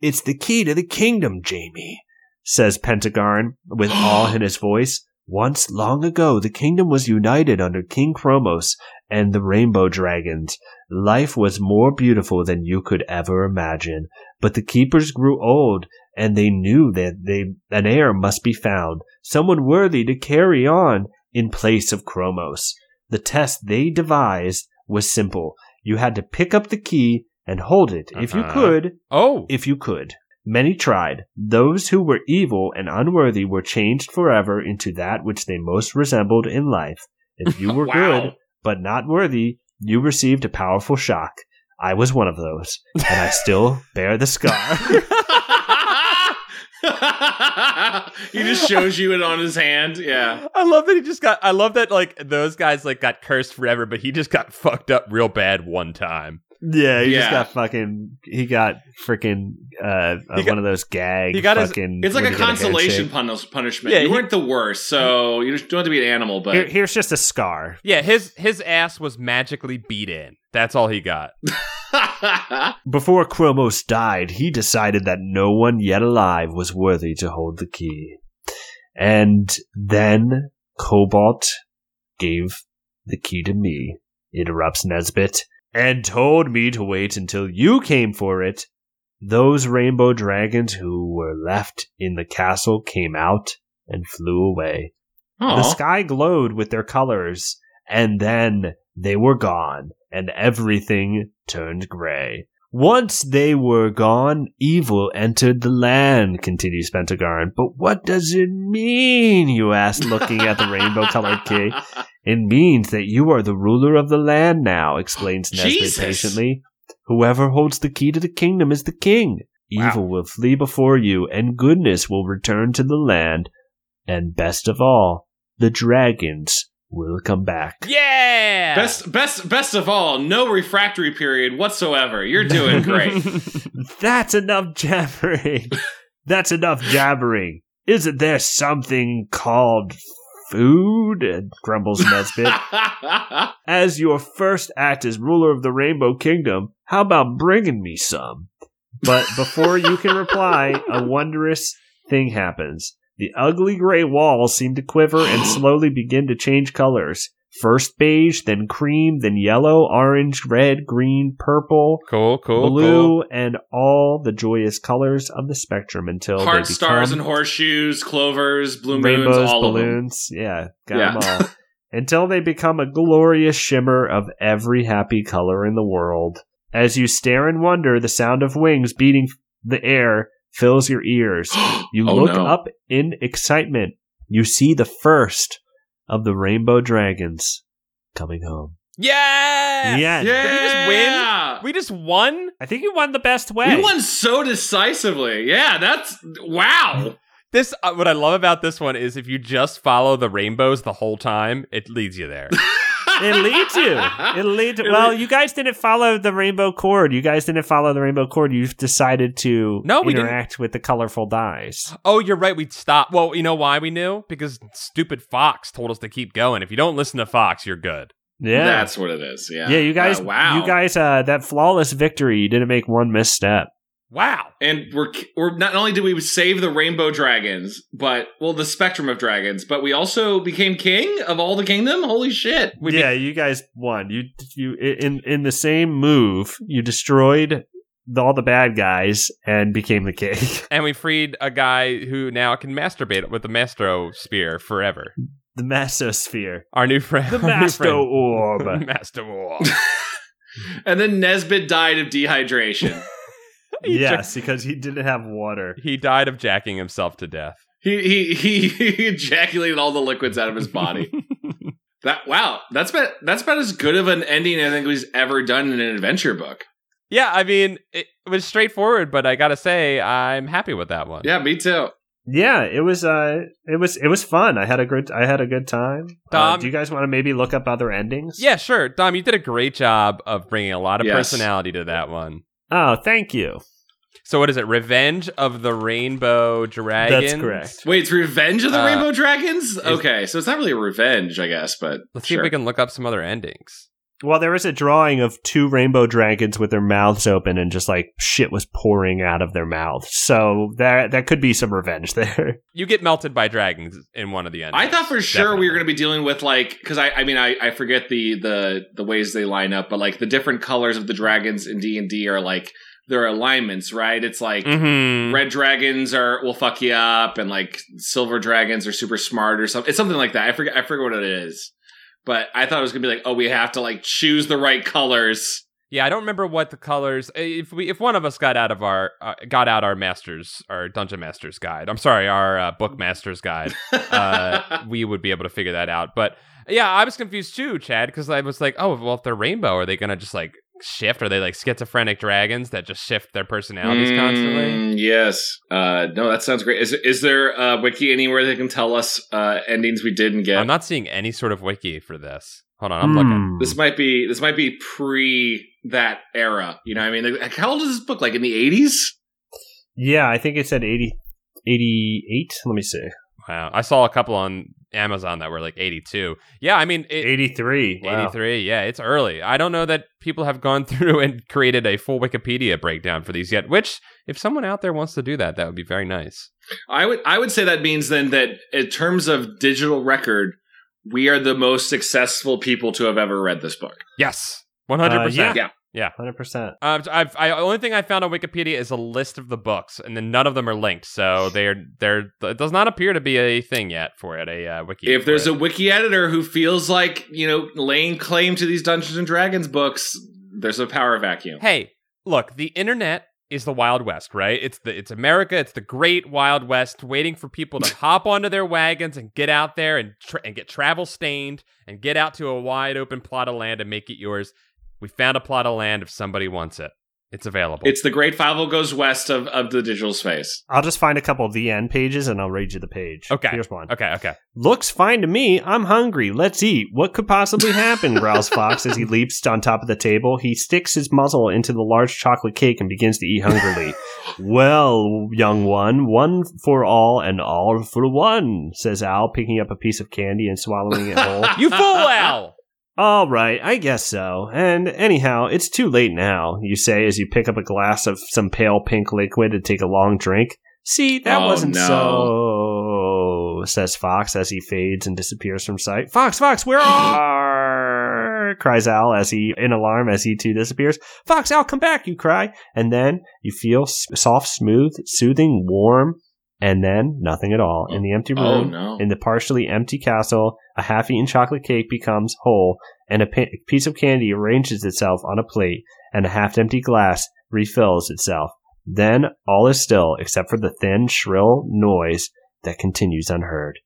S2: It's the key to the kingdom, Jamie, says Pentagon with awe in his voice. Once long ago, the kingdom was united under King Chromos and the rainbow dragons. Life was more beautiful than you could ever imagine. But the keepers grew old, and they knew that they, an heir must be found someone worthy to carry on in place of Chromos. The test they devised was simple. You had to pick up the key and hold it if you
S3: Uh-huh.
S2: could, [laughs]
S3: oh,
S2: if you could. Many tried. Those who were evil and unworthy were changed forever into that which they most resembled in life. If you [laughs]
S1: [laughs]
S2: were
S1: Wow.
S2: good but not worthy, you received a powerful shock. I was one of those, and I still bear the scar.
S1: [laughs] he just shows you it on his hand. Yeah.
S3: I love that he just got. I love that like those guys like got cursed forever, but he just got fucked up real bad one time.
S2: Yeah, he
S1: Yeah.
S2: just got fucking. He got freaking uh, uh,
S3: He got-
S2: one of those gag.
S3: he got his-
S2: fucking.
S1: It's like
S2: when
S1: a
S2: you get
S1: consolation
S2: handshake.
S1: pun- punishment.
S3: Yeah,
S1: you
S3: he-
S1: weren't the worst, so you just don't have to be an animal, but [laughs]
S2: Here, here's just a scar.
S3: Yeah, his his ass was magically beat in. That's all he got.
S2: Before Chromos died, he decided that no one yet alive was worthy to hold the key, and then Cobalt gave the key to me. Interrupts Nesbit and told me to wait until you came for it. Those rainbow dragons who were left in the castle came out and flew away. The
S1: Aw.
S2: sky glowed with their colors, and then they were gone, and everything turned gray. Once they were gone, evil entered the land, continues Pentagon. But what does it mean? You asked, looking at the rainbow
S1: [laughs]
S2: colored key. It means that you are the ruler of the land now, explains Nesbit
S1: Jesus.
S2: patiently. Whoever holds the key to the kingdom is the king.
S3: Wow.
S2: Evil will flee before you, and goodness will return to the land. And best of all, the dragons will come back.
S3: Yeah,
S1: Best, best, best of all, no refractory period whatsoever. You're doing
S2: [laughs]
S1: great. [laughs]
S2: That's enough jabbering. That's enough jabbering. Isn't there something called food? grumbles
S3: [laughs]
S2: Nesbit. as your first act as ruler of the Rainbow Kingdom, how about bringing me some? But before you can reply, a wondrous thing happens. The ugly gray walls seem to quiver and slowly begin to change colors. First beige, then cream, then yellow, orange, red, green, purple,
S3: [laughs] cool, cool, cool.
S2: blue, and all the joyous colors of the spectrum until they
S1: Heart
S2: become
S1: stars and horseshoes, clovers, blue
S2: rainbows,
S1: moons, all
S2: balloons. Yeah, got
S1: Yeah. [laughs]
S2: them all. Until they become a glorious shimmer of every happy color in the world. As you stare in wonder, the sound of wings beating the air fills your ears.
S1: [gasps] of them.
S2: You
S1: Oh,
S2: look
S1: no.
S2: up in excitement. You see the first of the rainbow dragons
S4: coming home.
S3: Yeah.
S1: Yeah.
S2: Yeah.
S3: We just won.
S2: I think you won the best way.
S1: You won so decisively. Yeah, that's wow.
S3: This uh, what I love about this one is if you just follow the rainbows the whole time, it leads you
S1: [laughs]
S3: there.
S2: It leads you. It leads. Well, you guys didn't follow the rainbow cord. You guys didn't follow the rainbow cord. You've decided to
S3: No, we didn't.
S2: interact with the
S3: [gasps]
S2: colorful dice.
S3: oh, you're right. We stopped. Well, you know why we knew? Because stupid Fox told us to keep going. If you don't listen to Fox, you're good.
S2: Yeah.
S1: That's what it is. Yeah.
S2: yeah, you guys.
S1: Uh, wow.
S2: You guys. Uh, that flawless victory. You didn't make one misstep.
S3: Wow.
S1: and we're we're not only did we save the rainbow dragons, but well, the spectrum of dragons, but we also became king of all the kingdom. Holy shit!
S3: We
S2: Yeah,
S3: be-
S2: you guys won. You you in in the same move, you destroyed the, all the bad guys and became the king. [laughs]
S3: and we freed a guy who now can masturbate with the Mastro spear forever. [laughs]
S2: The Mastosphere,
S3: Our new friend.
S2: the
S3: our new
S2: Masto
S3: friend. [laughs]
S2: Orb.
S3: Master War.
S1: And then Nesbit died of dehydration.
S3: [laughs] He
S2: yes, because he didn't have water.
S3: he died of jacking himself to death.
S1: he, he he ejaculated all the liquids out of his
S3: [laughs]
S1: body. that wow, that's about that's about as good of an ending I think we've ever done in an adventure book.
S3: Yeah, I mean, it was straightforward, but I gotta say, I'm happy with that one.
S1: Yeah, me too.
S2: Yeah, it was uh, it was it was fun. I had a good I had a good time. Uh,
S3: Dom-
S2: do you guys want to maybe look up other endings?
S3: Yeah, sure. Dom, you did a great job of bringing a lot of
S1: Yes.
S3: personality to that one.
S2: Oh, thank you.
S3: So, what is it? Revenge of the Rainbow Dragon?
S2: That's correct.
S1: Wait, it's Revenge of the
S3: Uh,
S1: Rainbow Dragons? Okay, so it's not really a revenge, I guess, but
S3: Let's see
S1: sure.
S3: if we can look up some other endings.
S2: Well, there is a drawing of two rainbow dragons with their mouths open and just like shit was pouring out of their mouths. So that that could be some revenge [laughs] there.
S3: You get melted by dragons in one of the endings.
S1: I thought for sure we were
S3: Definitely.
S1: going to be dealing with like because I I mean I, I forget the the the ways they line up, but like the different colors of the dragons in D and D are like their alignments, right? It's like
S3: Mhm.
S1: red dragons are will fuck you up, and like silver dragons are super smart or something. It's something like that. I forget I forget what it is, but I thought it was going to be like oh we have to like choose the right colors.
S3: Yeah, I don't remember what the colors. If we, if one of us got out of our, uh, got out our masters, our dungeon masters guide. I'm sorry, our uh, book masters guide. [laughs]
S2: [laughs]
S3: Uh, we would be able to figure that out. But yeah, I was confused too, Chad, because I was like, oh, well, if they're rainbow, are they gonna just like shift? Are they like schizophrenic dragons that just shift their personalities constantly?
S1: Mm, Yes. Uh, no, that sounds great. Is is there a wiki anywhere that can tell us uh, endings we didn't get?
S3: I'm not seeing any sort of wiki for this. Hold on, I'm looking.
S2: Hmm.
S1: This might be this might be pre that era. You know, what I mean, like, how old is this book? Like in the eighties?
S2: Yeah, I think it said 80, 88. Let me see.
S3: Wow, I saw a couple on Amazon that were like 82. Yeah, I mean, it,
S2: 83. Wow.
S3: 83 yeah it's early i don't know that people have gone [laughs] through and created a full wikipedia breakdown for these yet which if someone out there wants to do that that would be very nice
S1: I would I would say that means then that in terms of digital record, we are the most successful people to have ever read this book.
S3: yes 100%
S2: Uh,
S1: Yeah.
S3: Yeah.
S2: 100%.
S3: Uh, I've, I only thing I found on Wikipedia is a list of the books, and then none of them are linked, so they're they're it does not appear to be a thing yet for it a uh, wiki.
S1: If there's
S3: for
S1: a
S3: it.
S1: wiki editor who feels like you know laying claim to these Dungeons and Dragons books, there's a power vacuum.
S3: hey, look, the internet is the Wild West, right? It's the it's America, it's the Great Wild West, waiting for
S1: [laughs]
S3: people to hop onto their wagons and get out there and tra- and get travel stained and get out to a wide open plot of land and make it yours. We found a plot of land if somebody wants it. It's available.
S1: It's the Great Five Goes West of, of the digital space.
S2: I'll just find a couple of the end pages and I'll read you the page.
S3: Okay.
S2: Here's one.
S3: okay, okay.
S2: Looks fine to me. I'm hungry. Let's eat. What could possibly happen? growls Fox as he leaps on top of the table. He sticks his muzzle into the large chocolate cake and begins to eat hungrily. well, young one, one for all and all for one, says Al, picking up a piece of candy and swallowing it whole.
S1: [laughs]
S3: You fool,
S1: Um,
S3: Al.
S2: All right, I guess so. And anyhow, it's too late now, you say as you pick up a glass of some pale pink liquid and take a long drink. See, that
S1: Oh,
S2: wasn't
S1: no.
S2: so, says Fox as he fades and disappears from sight. Fox, Fox, where are [laughs] cries Al as he in alarm as he too disappears. Fox, Al, come back, you cry. And then you feel s- soft, smooth, soothing, warm, and then nothing at all in the empty room.
S1: Oh no!
S2: In the partially empty castle, a half eaten chocolate cake becomes whole, and a pa- piece of candy arranges itself on a plate, and a half empty glass refills itself. Then all is still except for the thin, shrill noise that continues unheard.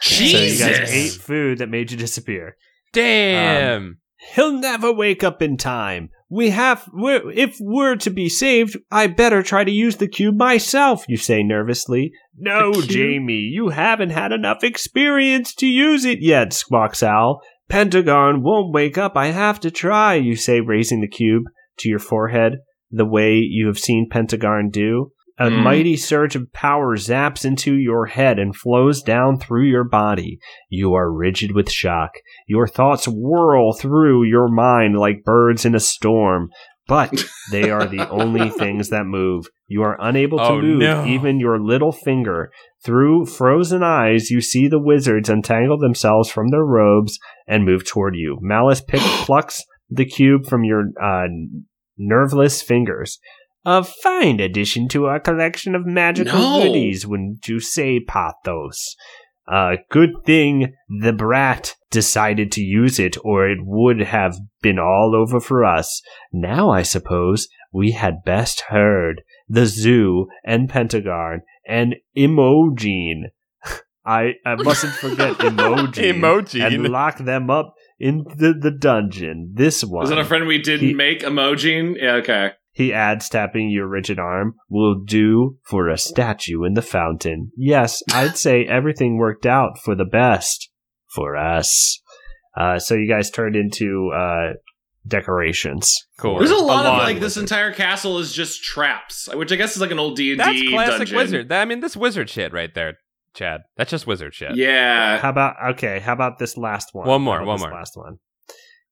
S2: So you guys ate
S1: Jesus.
S2: food that made you disappear.
S3: Damn.
S2: He'll never wake up in time. We have. We're, if we're to be saved, I better try to use the cube myself. You say nervously. No,
S1: cube?
S2: Jamie, you haven't had enough experience to use it yet. Squawks Owl. Pentagon won't wake up. I have to try. You say, raising the cube to your forehead, the way you have seen Pentagon do. A
S1: Mm.
S2: mighty surge of power zaps into your head and flows down through your body. You are rigid with shock. Your thoughts whirl through your mind like birds in a storm, but they are the only things that move. You are unable to
S3: Oh,
S2: move
S3: no.
S2: even your little finger. Through frozen eyes, you see the wizards untangle themselves from their robes and move toward you. Malice pick, plucks the cube from your uh, nerveless fingers. A fine addition to our collection of magical
S1: No.
S2: goodies, wouldn't you say, Pathos? Uh, good thing the brat decided to use it, or it would have been all over for us. Now, I suppose, we had best herd the zoo and Pentagon and Emogene. [laughs] I, I mustn't forget
S3: [laughs]
S2: Emogene. And
S3: Emoji.
S2: lock them up in the, the dungeon. This one.
S1: Is that a friend we didn't
S2: He-
S1: make? Emoji? Yeah, okay.
S2: He adds, tapping your rigid arm, will do for a statue in the fountain. Yes,
S1: [laughs]
S2: I'd say everything worked out for the best for us. Uh, so you guys turned into uh, decorations.
S3: Cool.
S1: There's a lot of
S3: lawn
S1: like this
S3: wizard.
S1: entire castle is just traps, which I guess is like an old D and
S3: That's
S1: D
S3: classic
S1: dungeon.
S3: wizard. That- I mean, this wizard shit right there, Chad. That's just wizard shit.
S1: Yeah.
S2: How about okay? How about this last one?
S3: One more,
S2: How about
S3: one
S2: this
S3: more.
S2: Last one.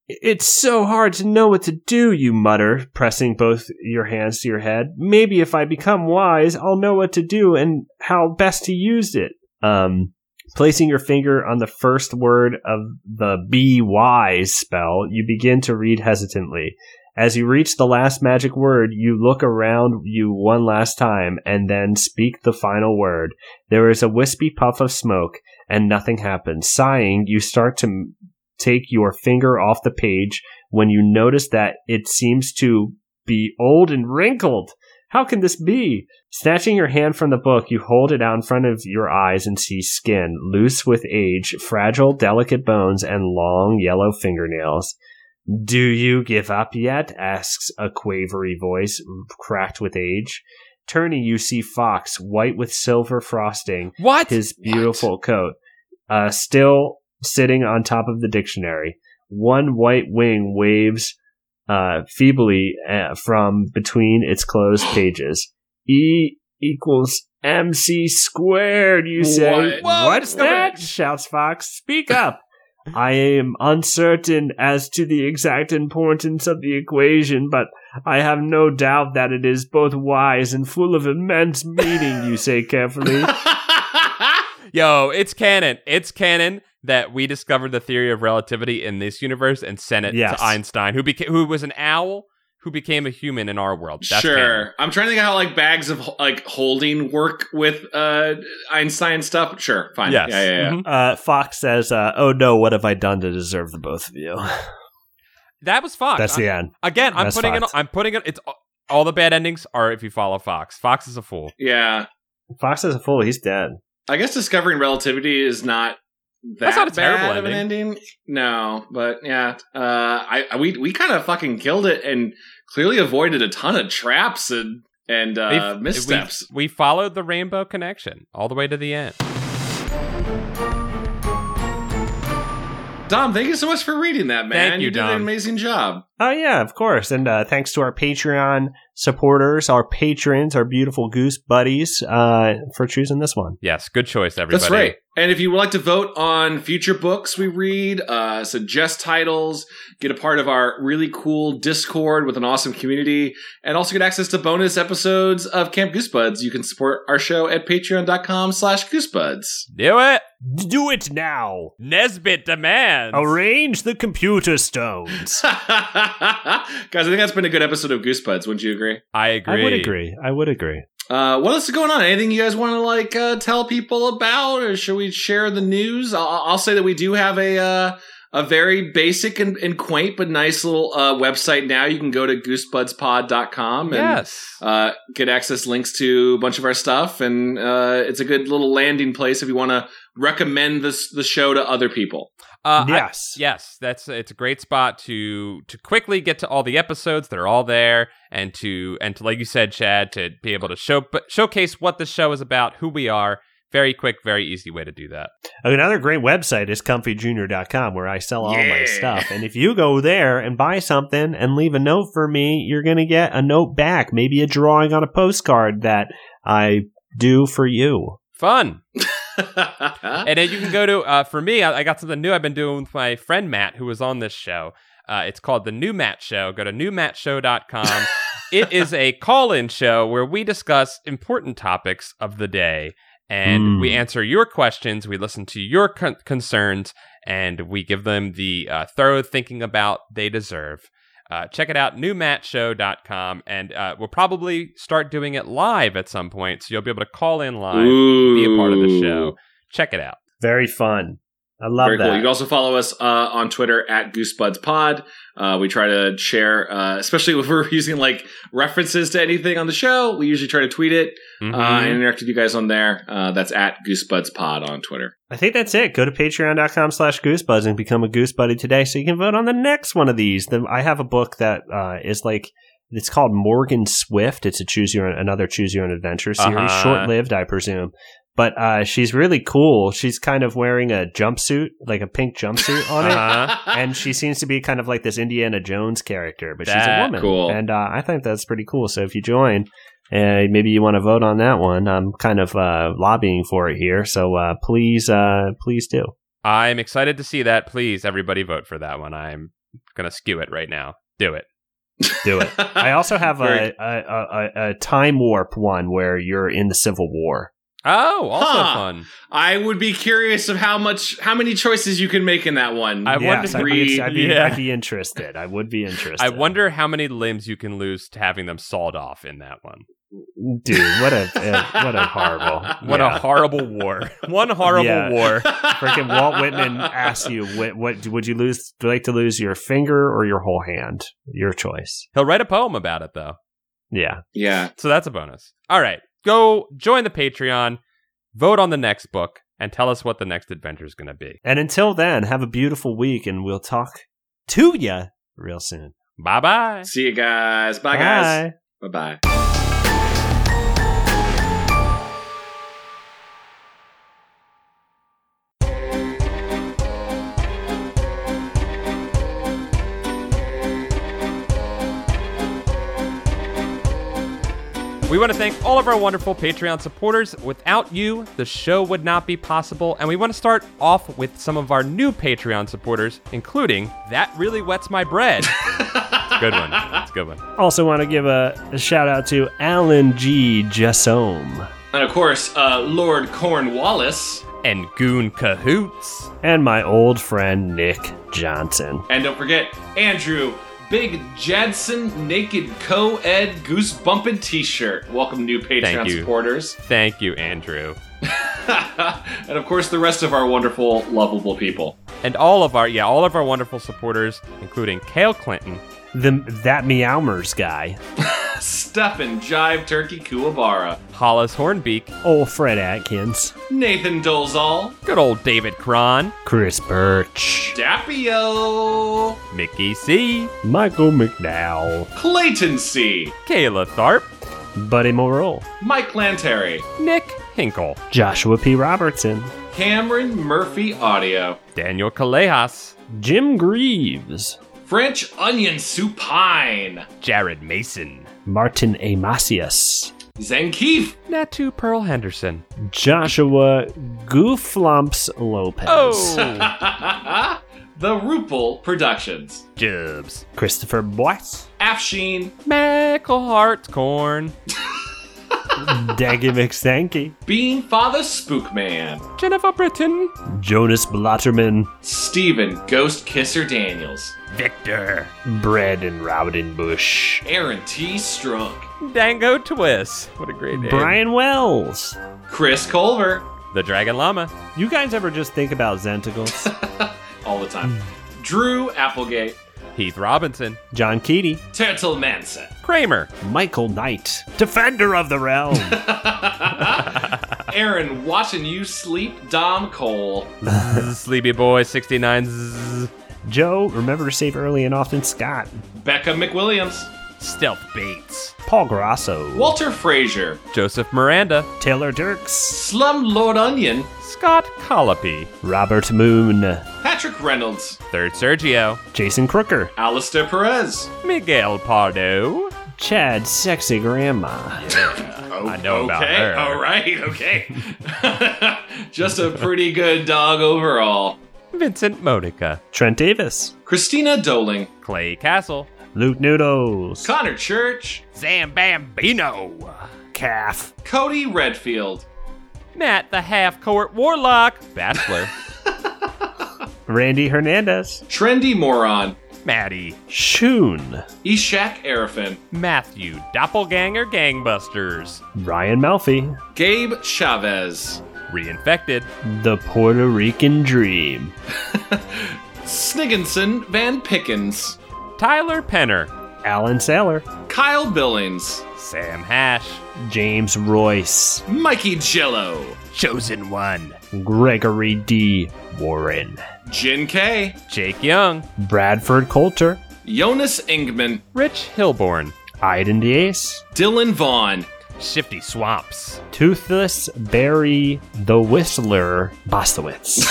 S2: It's so hard to know what to do. You mutter, pressing both your hands to your head. Maybe if I become wise, I'll know what to do and how best to use it. Um, placing your finger on the first word of the be wise spell, you begin to read hesitantly. As you reach the last magic word, you look around you one last time and then speak the final word. There is a wispy puff of smoke, and nothing happens. Sighing, you start to m- take your finger off the page when you notice that it seems to be old and wrinkled. How can this be? Snatching your hand from the book, you hold it out in front of your eyes and see skin, loose with age, fragile, delicate bones, and long yellow fingernails. Do you give up yet? asks a quavery voice, cracked with age. Turning, you see Fox, white with silver frosting,
S3: What?
S2: his beautiful coat, uh, still sitting on top of the dictionary. One white wing waves uh, feebly uh, from between its
S1: [gasps]
S2: closed pages. E equals MC squared, you
S1: What?
S2: say.
S3: Whoa,
S2: What's
S3: discovered
S2: that?
S3: it.
S2: shouts Fox. Speak up. I am uncertain as to the exact importance of the equation, but I have no doubt that it is both wise and full of immense meaning, you say carefully.
S1: [laughs]
S2: [laughs]
S3: Yo, it's canon. It's canon that we discovered the theory of relativity in this universe and sent it
S2: Yes.
S3: to Einstein, who became who was an owl who became a human in our world. That's
S1: sure.
S3: canon.
S1: I'm trying to think of how like bags of like holding work with uh Einstein stuff. Sure, fine.
S3: Yes.
S1: Yeah, yeah, yeah.
S3: Mhm.
S2: Uh, Fox says, uh, "Oh no, what have I done to deserve the both of you?"
S3: That was Fox.
S2: That's the end.
S3: Again, I'm
S2: That's
S3: putting it.
S2: Fox.
S3: I'm putting it. It's all the bad endings are if you follow Fox. Fox is a fool.
S1: Yeah.
S2: Fox is a fool. He's dead.
S1: I guess discovering relativity is not that
S3: That's not a terrible
S1: bad of an ending. No, but yeah. Uh I I- we we kind of fucking killed it and clearly avoided a ton of traps and and uh
S3: They've-
S1: missteps.
S3: We, we followed the rainbow connection all the way to the end.
S1: Dom, thank you so much for reading that, man.
S3: Thank you,
S1: did an
S3: Dom.
S1: amazing job.
S2: Oh yeah, of course. And uh, thanks to our Patreon supporters, our patrons, our beautiful goose buddies, uh, for choosing this one.
S3: Yes, good choice, everybody.
S1: That's right. And if you would like to vote on future books we read, uh, suggest titles, get a part of our really cool Discord with an awesome community, and also get access to bonus episodes of Camp Goosebuds, you can support our show at patreon.com slash goosebuds. [laughs]
S3: Do it.
S2: Do it now.
S3: Nesbit demands.
S2: Oh, Arrange the computer stones.
S1: Guys, I think that's been a good episode of Goosebuds. Wouldn't you agree?
S3: I agree.
S2: I would agree. I would agree.
S1: Uh, what else is going on? Anything you guys want to like uh, tell people about, or should we share the news? I'll, I'll say that we do have a uh, a very basic and, and quaint but nice little uh, website now. You can go to goosebudspod.com and
S3: Yes.
S1: uh, get access links to a bunch of our stuff, and uh, it's a good little landing place if you want to recommend this the show to other people. [laughs]
S3: Uh, I-
S2: yes.
S3: yes, that's it's a great spot to to quickly get to all the episodes. They're all there, and to and to like you said, Chad, to be able to show showcase what the show is about, who we are. Very quick, very easy way to do that.
S2: Another great website is comfyjunior.com where I sell all my
S1: Yeah.
S2: stuff. And if you go there and buy something and leave a note for me, you're going to get a note back, maybe a drawing on a postcard that I do for you.
S3: Fun. And then you can go to, uh, for me, I, I got something new I've been doing with my friend Matt, who was on this show. Uh, it's called The New Matt Show. Go to newmattshow.com. it is a call in show where we discuss important topics of the day and
S2: Mm.
S3: we answer your questions, we listen to your con- concerns, and we give them the uh, thorough thinking about they deserve. Uh, check it out, newmattshow.com, and uh, we'll probably start doing it live at some point, so you'll be able to call in live, be a part of the show. Check it out.
S2: Very fun. I love
S1: Very
S2: that.
S1: cool. You can also follow us uh, on Twitter at GoosebudsPod. Uh, we try to share, uh, especially [laughs] if we're using like references to anything on the show. We usually try to tweet it uh, and
S3: Mhm.
S1: interact with you guys on there. Uh, that's at GoosebudsPod on Twitter.
S2: I think that's it. Go to patreon.com slash goosebuds and become a goose buddy today so you can vote on the next one of these. Then I have a book that uh, is like it's called Morgan Swift. It's a choose your another choose your own adventure series,
S3: Uh-huh.
S2: short lived, I presume. But uh, she's really cool. She's kind of wearing a jumpsuit, like a pink jumpsuit on
S3: [laughs]
S2: it.
S3: Uh-huh.
S2: [laughs] And she seems to be kind of like this Indiana Jones character, but she's a
S3: That
S2: woman.
S1: cool.
S2: And uh, I think that's pretty cool. So if you join, uh, maybe you want to vote on that one. I'm kind of uh, lobbying for it here, so uh, please, uh, please do.
S3: I'm excited to see that. Please, everybody vote for that one. I'm gonna skew it right now. Do it.
S1: [laughs]
S3: [laughs]
S2: Do it. I also have
S1: Very-
S2: a, a, a, a time warp one where you're in the Civil War.
S3: Oh, also
S1: Huh.
S3: fun.
S1: I would be curious of how much, how many choices you can make in that one.
S3: I
S2: Yes,
S3: wonder-
S2: I'd be,
S1: Read-
S2: I'd, be,
S3: yeah.
S2: I'd be interested. I would be interested.
S3: I wonder how many limbs you can lose to having them sawed off in that one.
S2: dude. What a uh, what a
S3: [laughs]
S2: horrible
S3: What
S2: yeah.
S3: a horrible
S2: [laughs]
S3: war. One horrible
S2: Yeah. [laughs]
S3: war.
S2: Freaking
S1: [laughs]
S2: Walt Whitman asked you, what, what would you lose? do you like to lose your finger or your whole hand? Your choice.
S3: He'll write a poem about it though.
S2: Yeah.
S1: Yeah.
S3: So that's a bonus. All right. Go join the Patreon, vote on the next book, and tell us what the next adventure is gonna be.
S2: And until then, have a beautiful week and we'll talk to ya real soon.
S3: Bye bye.
S1: See you guys. Bye, guys. Bye bye.
S3: We want to thank all of our wonderful Patreon supporters. Without you, the show would not be possible. And we want to start off with some of our new Patreon supporters, including That Really Wets My Bread. good one. That's a good one.
S2: Also want to give a, a shout out to Alan G. Jessome
S1: And of course, uh, Lord Cornwallis.
S3: And Goon Cahoots.
S2: and my old friend Nick Johnson.
S1: And don't forget, Andrew, Big Jadson Naked Co Ed Goose Bumpin' T shirt. Welcome, new Patreon
S3: you.
S1: supporters. [laughs]
S3: Thank you, Andrew.
S1: and of course, the rest of our wonderful, lovable people.
S3: And all of our, yeah, all of our wonderful supporters, including Kale Clinton,
S2: The that meowmers guy,
S1: Stefan Jive Turkey Kuwabara,
S3: Hollis Hornbeak,
S2: old Fred Atkins,
S1: Nathan Dolezal,
S3: good old David Cron,
S2: Chris Birch,
S1: Dapio,
S3: Mickey C,
S2: Michael McDowell,
S1: Clayton C,
S3: Kayla Tharp,
S2: Buddy Morrill,
S1: Mike Lanteri,
S3: Nick Hinkle,
S2: Joshua P. Robertson,
S1: Cameron Murphy Audio,
S3: Daniel Callejas,
S2: Jim Greaves,
S1: French Onion Supine,
S3: Jared Mason,
S2: Martin Amacius,
S1: Zankeef,
S3: Natu Pearl Henderson.
S2: Joshua Gooflumps Lopez,
S3: Oh,
S1: [laughs]
S3: [laughs]
S1: the Rupel Productions.
S3: Jubs.
S2: Christopher Boyce,
S1: Afshin,
S3: Mecklehart Corn.
S2: Daggy McStanky,
S1: Bean Father Spookman,
S3: Jennifer Britton.
S2: Jonas Blotterman,
S1: Steven Ghost Kisser Daniels,
S3: Victor.
S2: Brad and Bush,
S1: Aaron T. Strunk,
S3: Dango Twist. What a great name.
S2: Brian Wells.
S1: Chris Culver,
S3: The Dragon Llama.
S2: You guys ever just think about Zenticles?
S1: all the time, Drew Applegate,
S3: Heath Robinson.
S2: John Keaty,
S1: Turtle Manson,
S3: Kramer.
S2: Michael Knight, Defender of the Realm,
S1: Aaron, watching you sleep, Dom Cole.
S3: Zzz, Sleepy Boy 69. zzz.
S2: Joe, remember to save early and often Scott.
S1: Becca McWilliams.
S3: Stealth Bates.
S2: Paul Grasso.
S1: Walter Frazier.
S3: Joseph Miranda.
S2: Taylor Dirks.
S1: Slumlord Onion.
S3: Scott Colopy.
S2: Robert Moon.
S1: Patrick Reynolds.
S3: Third Sergio.
S2: Jason Crooker.
S1: Alistair Perez.
S3: Miguel Pardo.
S2: Chad Sexy Grandma.
S1: Oh,
S3: I know
S1: okay.
S3: about her.
S1: All right. Okay. [laughs] Just a pretty good dog overall.
S3: Vincent Modica.
S2: Trent Davis.
S1: Christina Doling.
S3: Clay Castle.
S2: Luke Noodles.
S1: Connor Church.
S3: Zambambino.
S2: Calf.
S1: Cody Redfield.
S3: Matt the Half Court Warlock. Bachelor.
S2: Randy Hernandez.
S1: Trendy Moron.
S3: [laughs] Maddie.
S2: Shoon.
S1: Ishak Arafin.
S3: Matthew Doppelganger Gangbusters.
S2: Ryan Melfi.
S1: Gabe Chavez.
S3: Reinfected.
S2: The Puerto Rican Dream.
S1: Snigginson Van Pickens.
S3: Tyler Penner.
S2: Alan Saylor.
S1: Kyle Billings.
S3: Sam Hash.
S2: James Royce.
S1: Mikey Jello.
S3: Chosen One.
S2: Gregory D. Warren.
S1: Jin K.
S3: Jake Young.
S2: Bradford Coulter.
S1: Jonas Ingman.
S3: Rich Hilborn.
S2: Iden Diaz.
S1: Dylan Vaughn.
S3: Shifty Swamps.
S2: Toothless Barry the Whistler Bostowitz.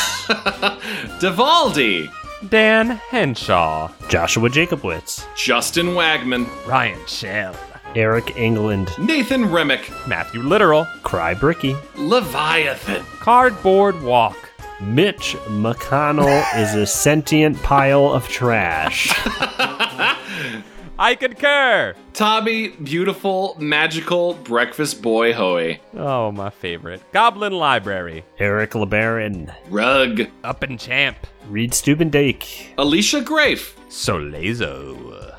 S1: Divaldi.
S3: Dan Henshaw.
S2: Joshua Jacobwitz.
S1: Justin Wagman.
S3: Ryan Shell.
S2: Eric England.
S1: Nathan Remick.
S3: Matthew Literal.
S2: Cry Bricky.
S1: Leviathan.
S3: Cardboard Walk.
S2: Mitch McConnell is a sentient pile of trash.
S3: I concur.
S1: Tobby, beautiful, magical, breakfast boy Hoey.
S3: Oh, my favorite. Goblin Library.
S2: Eric LeBaron.
S1: Rug.
S3: Up and Champ.
S2: Reed Stubendike.
S1: Alicia Grafe.
S3: Solezo.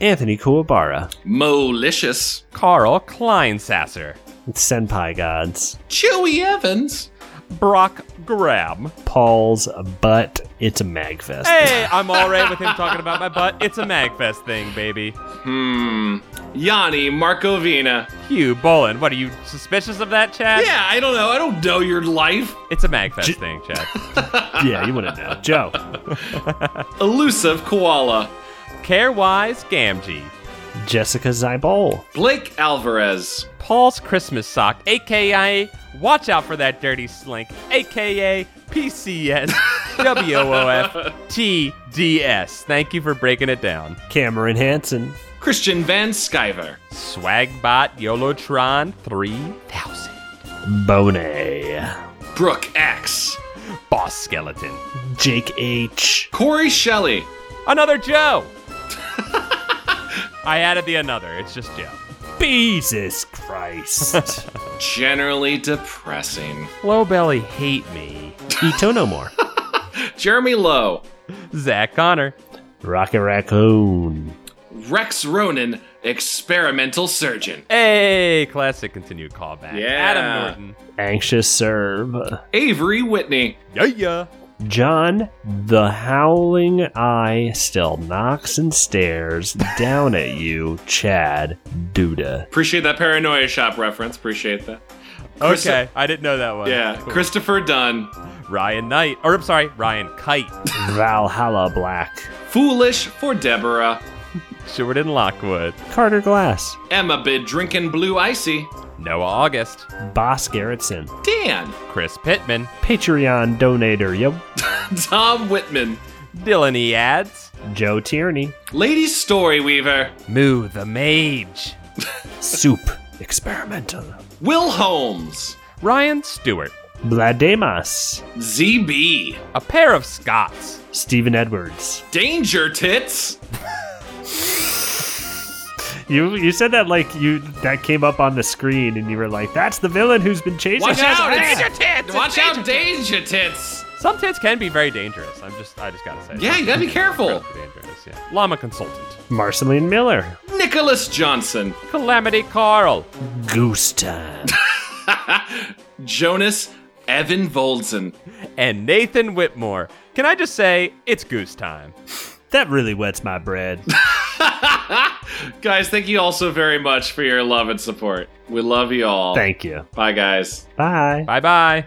S2: Anthony Kuwabara.
S1: Molicious.
S3: Carl Kleinsasser.
S2: Senpai Gods.
S1: Chewy Evans.
S3: Brock Graham.
S2: Paul's butt. It's a magfest.
S3: Hey, I'm all right with him talking about my butt. It's a MagFest thing, baby.
S1: Hmm. Yanni Markovina.
S3: Hugh Bolin, what are you suspicious of that, Chad?
S1: Yeah, I don't know. I don't know your life.
S3: It's a MagFest thing, Chad.
S2: [laughs] Yeah, you wouldn't know. Joe.
S1: Elusive Koala.
S3: Carewise Gamgee.
S2: Jessica Zybol.
S1: Blake Alvarez.
S3: Paul's Christmas Sock, aka Watch Out for That Dirty Slink, aka PCS WOF TDS. Thank you for breaking it down.
S2: Cameron Hansen.
S1: Christian Van Skyver.
S3: Swagbot Yolotron 3000.
S2: Boney.
S1: Brooke X.
S3: Boss Skeleton.
S2: Jake H.
S1: Corey Shelley.
S3: Another Joe! [laughs] I added the another, it's just Joe.
S2: Jesus Christ.
S1: Generally depressing.
S3: Low Belly Hate Me.
S2: Ito no more.
S1: Jeremy Lowe.
S3: [laughs] Zach Connor.
S2: Rocket Raccoon.
S1: Rex Ronan, experimental surgeon.
S3: Hey, classic continued callback.
S1: Yeah.
S3: Adam Norton.
S2: Anxious Serve.
S1: Avery Whitney.
S3: Yeah, yeah.
S2: John, the howling eye still knocks and stares down at you, Chad Duda.
S1: Appreciate that paranoia shop reference. Appreciate that. Christo-
S3: Okay, I didn't know that one.
S1: yeah,
S3: Cool.
S1: Christopher Dunn.
S3: Ryan Knight, or I'm sorry, Ryan Kite,
S1: [laughs]
S2: Valhalla Black.
S1: Foolish for Deborah.
S3: Shorten Lockwood,
S2: Carter Glass.
S1: Emma bid drinking blue icy.
S3: Noah August,
S2: Boss Garrettson.
S1: Dan.
S3: Chris Pittman,
S2: Patreon donator, yo.
S1: Tom Whitman.
S3: Dylan Eads,
S2: Joe Tierney.
S1: Lady Story Weaver.
S3: Moo the Mage,
S2: Soup. Experimental.
S1: Will Holmes.
S3: Ryan Stewart,
S2: Vlademas.
S1: ZB.
S3: a pair of Scots,
S2: Stephen Edwards.
S1: Danger Tits.
S2: You you said that like you that came up on the screen and you were like, that's the villain who's been chasing
S1: Watch
S2: us.
S1: out!
S2: Ah!
S1: Danger Tits! Watch out, Danger Tits!
S3: Some tits can be very dangerous. I'm just, I just gotta say.
S1: Yeah, you gotta be careful.
S3: Incredibly dangerous, yeah. Llama Consultant,
S2: Marceline Miller.
S1: Nicholas Johnson.
S3: Calamity Carl,
S2: Goose time.
S1: Jonas Evan Voldsen. [laughs]
S3: and Nathan Whitmore. Can I just say, it's goose time.
S2: that really wets my bread.
S1: guys, thank you all so very much for your love and support. We love you all.
S5: Thank you.
S1: Bye, guys.
S5: Bye.
S3: Bye bye.